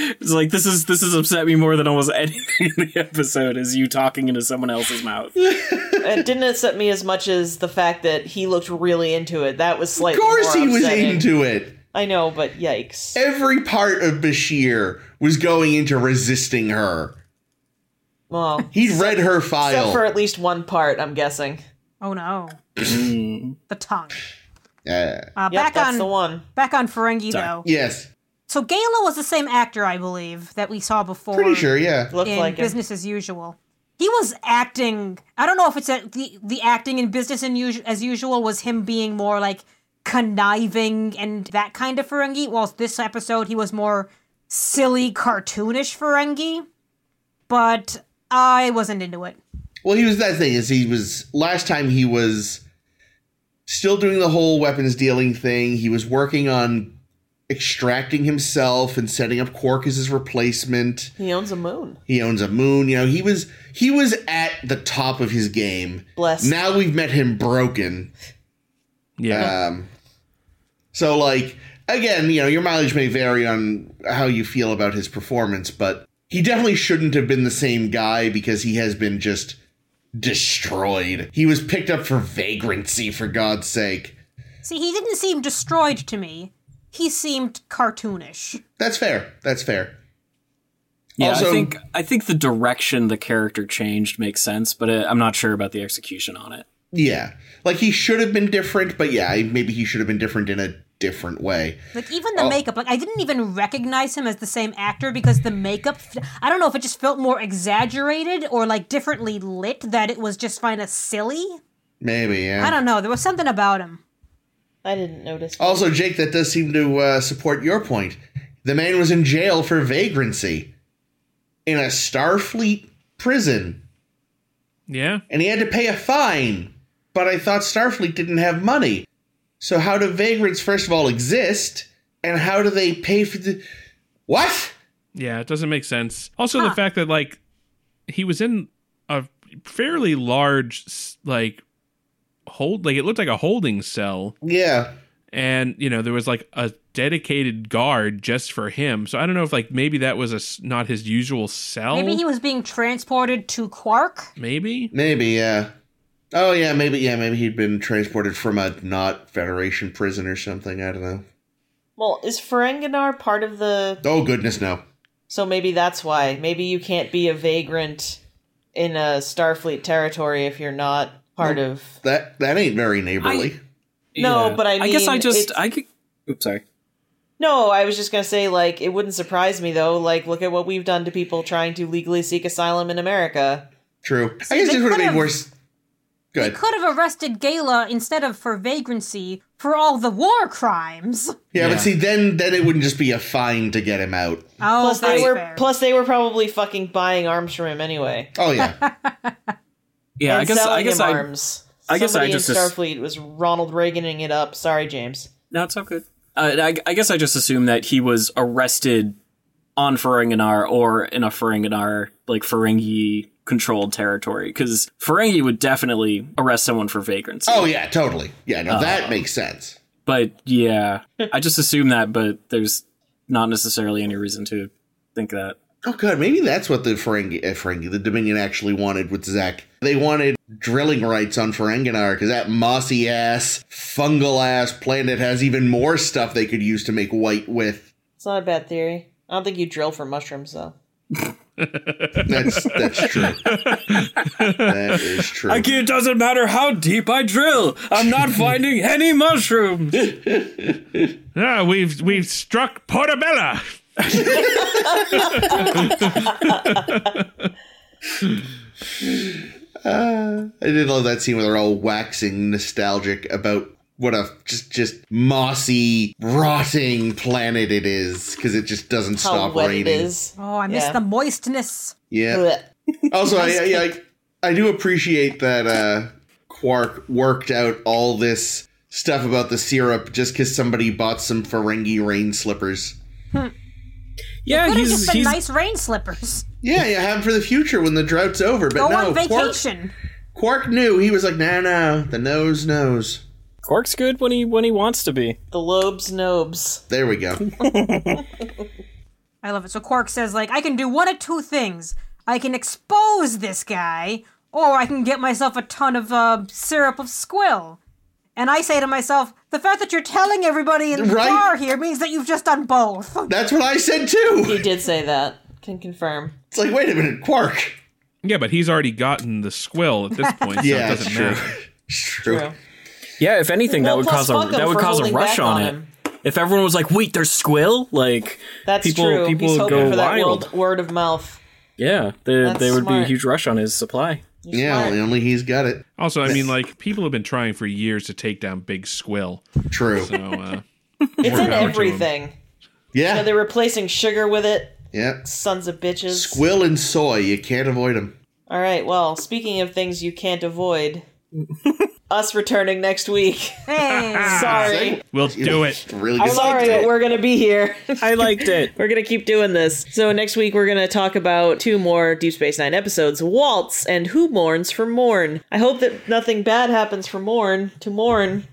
It's like this is this has upset me more than almost anything in the episode is you talking into someone else's mouth.
It didn't upset me as much as the fact that he looked really into it. That was
Of
slightly.
course,
more
he was
upsetting.
into it.
I know, but yikes.
Every part of Bashir was going into resisting her.
Well,
He'd read her
except
file.
for at least one part, I'm guessing.
oh no.
Mm-hmm.
the tongue.
Yeah.
Uh,
Yep,
back
that's
on
the one.
back on Ferengi though.
yes.
So Gala was the same actor, I believe, that we saw before.
Pretty sure. Yeah.
Looked
in
like him.
business as usual. He was acting. I don't know if it's a, the the acting in business in usu- as usual was him being more like conniving and that kind of Ferengi. Whilst this episode he was more silly, cartoonish Ferengi. But I wasn't into it.
Well, he was that thing is he was last time he was still doing the whole weapons dealing thing. He was working on extracting himself and setting up Quark as his replacement.
He owns a moon.
He owns a moon. You know, he was he was at the top of his game.
Bless.
Now we've met him broken.
Yeah.
Um, so like again, you know, your mileage may vary on how you feel about his performance, but he definitely shouldn't have been the same guy because he has been just destroyed. He was picked up for vagrancy for God's sake.
See, he didn't seem destroyed to me. He seemed cartoonish.
That's fair. That's fair.
Yeah,
Also-
I think I think the direction the character changed makes sense, but uh, I'm not sure about the execution on it.
Yeah. Like he should have been different, but yeah, maybe he should have been different in a different way.
Like even the makeup, like I didn't even recognize him as the same actor because the makeup. I don't know if it just felt more exaggerated or like differently lit that it was just kind of silly.
Maybe, yeah.
I don't know. There was something about him.
I didn't notice.
Oh.
Also, Jake, that does seem to uh, support your point. The man was in jail for vagrancy in a Starfleet prison,
Yeah.
and he had to pay a fine. But I thought Starfleet didn't have money. So, how do vagrants, first of all, exist? And how do they pay for the. What?
Yeah, it doesn't make sense. Also, the fact that like he was in a fairly large s- like hold, like it looked like a holding cell,
Yeah.
and you know there was like a dedicated guard just for him. So I don't know if like maybe that was a s- not his usual cell.
Maybe he was being transported to Quark.
Maybe?
Maybe, yeah. Oh, yeah, maybe, yeah, maybe he'd been transported from a not Federation prison or something. I don't know.
Well, is Ferenginar part of the?
Oh, goodness, no.
So maybe that's why. Maybe you can't be a vagrant in a Starfleet territory if you're not
Hmm.
part of.
That that ain't very neighborly.
No,
Yeah.
but I mean,
I guess I just
it's-
I could,
Oops, sorry.
No, I was just gonna say, like, it wouldn't surprise me though. Like, look at what we've done to people trying to legally seek asylum in America.
True. I guess
they
this would have
could've-
made worse.
They
Good.
could have arrested Gala instead of for vagrancy for all the war crimes.
Yeah,
Yeah.
but see, then then it wouldn't just be a fine to get him out.
Oh,
Plus,
that's
they were
fair.
plus they were probably fucking buying arms from him anyway.
Oh yeah,
yeah, I
And
guess I
selling
guess
him
I
arms.
I guess I
Somebody
just
in
ass-
Starfleet was Ronald Reaganing it up. Sorry, James.
no, it's all good. Uh, I, I guess I just assumed that he was arrested on Ferenginar or in a Ferenginar like Ferengi controlled territory because Ferengi would definitely arrest someone for vagrancy.
oh yeah, totally. Yeah, no, that makes sense.
But yeah, I just assume that, but there's not necessarily any reason to think that.
Oh god, maybe that's what the Ferengi, eh, Ferengi, the Dominion actually wanted with Zek. They wanted drilling rights on Ferenginar because that mossy ass, fungal ass planet has even more stuff they could use to make white with.
It's not a bad theory. I don't think you drill for mushrooms though.
That's that's true. that is true.
It doesn't matter how deep I drill. I'm not finding any mushrooms.
Ah, we've we've struck Portobello.
I did love that scene where they're all waxing nostalgic about what a just just mossy, rotting planet it is because it just doesn't
How
stop
wet
raining.
it is.
Oh, I miss
Yeah.
the moistness.
Yeah.
Blech.
Also, I, I, I I do appreciate that uh, Quark worked out all this stuff about the syrup just because somebody bought some Ferengi rain slippers.
Yeah,
Could have
he's
just been
he's
nice rain slippers.
Yeah, yeah, have 'em for the future when the drought's over. But
Go
no,
on
Quark,
vacation.
Quark knew. He was like, no, no, the nose knows.
Quark's good when he when he wants to be.
The lobes nobes.
There we go.
I love it. So Quark says, like, I can do one of two things. I can expose this guy, or I can get myself a ton of uh, syrup of squill. And I say to myself, the fact that you're telling everybody in the
Right.
bar here means that you've just done both.
That's what I said too.
He did say that. Can confirm.
It's like, wait a minute, Quark.
Yeah, but he's already gotten the squill at this point, so
Yeah,
it
it's
doesn't
true.
matter.
It's true.
True.
Yeah, if anything,
Well,
that would
plus
cause
fuck
a
him
that would
for
cause a
holding
rush
back
on,
on
it.
him.
If everyone was like, "Wait, there's squill," like
That's
people
true.
people
He's
would
hoping
go
for that
wild.
world, word of mouth.
Yeah, there
That's
there would be a
smart.
huge rush on his supply.
Yeah,
smart.
only he's got it.
Also, I mean, like people have been trying for years to take down Big Squill.
True.
So, uh,
It's
more
in
power to him.
everything. Yeah,
Yeah.
they're replacing sugar with it.
Yeah.
Sons of bitches.
Squill and soy, you can't avoid them.
All right. Well, speaking of things you can't avoid, us returning next week.
Ah,
Hey,
Sorry.
We'll do it.
Really good.
Sorry, but we're going to be here.
I liked it.
we're going to keep doing this.
So next week we're going to talk about two more Deep Space Nine episodes, Waltz and Who Mourns for Morn.
I hope that nothing bad happens for Morn to Morn,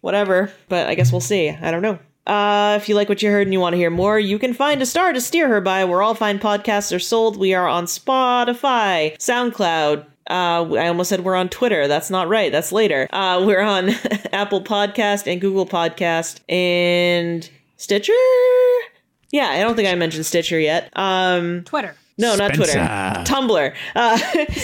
whatever. But I guess we'll see. I don't know. Uh, if you like what you heard and you want to hear more, you can find a star to steer her by. Where all fine podcasts are sold. We are on Spotify, SoundCloud. Uh, I almost said we're on Twitter. That's not right. That's later. Uh, we're on Apple Podcast and Google Podcast and Stitcher. Yeah, I don't think I mentioned Stitcher yet. Um,
Twitter.
no, not Twitter. Tumblr. Uh,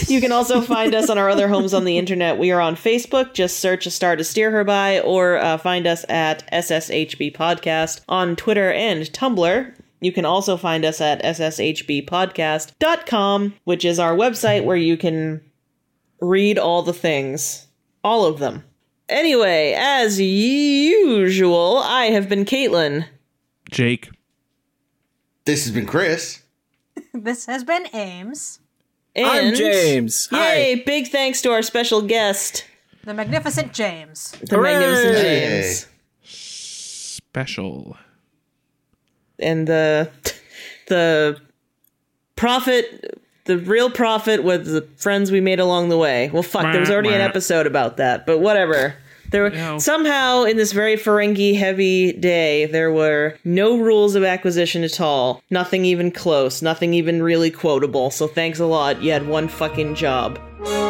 you can also find us on our other homes on the internet. We are on Facebook. Just search a star to steer her by, or uh, find us at SSHB Podcast on Twitter and Tumblr. You can also find us at sshbpodcast.com, which is our website where you can read all the things, all of them. Anyway, as usual, I have been Caitlin.
Jake.
This has been Chris.
This has been Ames,
And
I'm James.
Yay! Big thanks to our special guest.
the magnificent James.
The Magnificent
Hooray!
James.
Special.
And the the prophet the real prophet with the friends we made along the way. Well fuck, there was already an episode about that, but whatever. There were,
No.
somehow in this very Ferengi heavy day, there were no rules of acquisition at all. Nothing even close, nothing even really quotable. So thanks a lot. You had one fucking job.
Bye.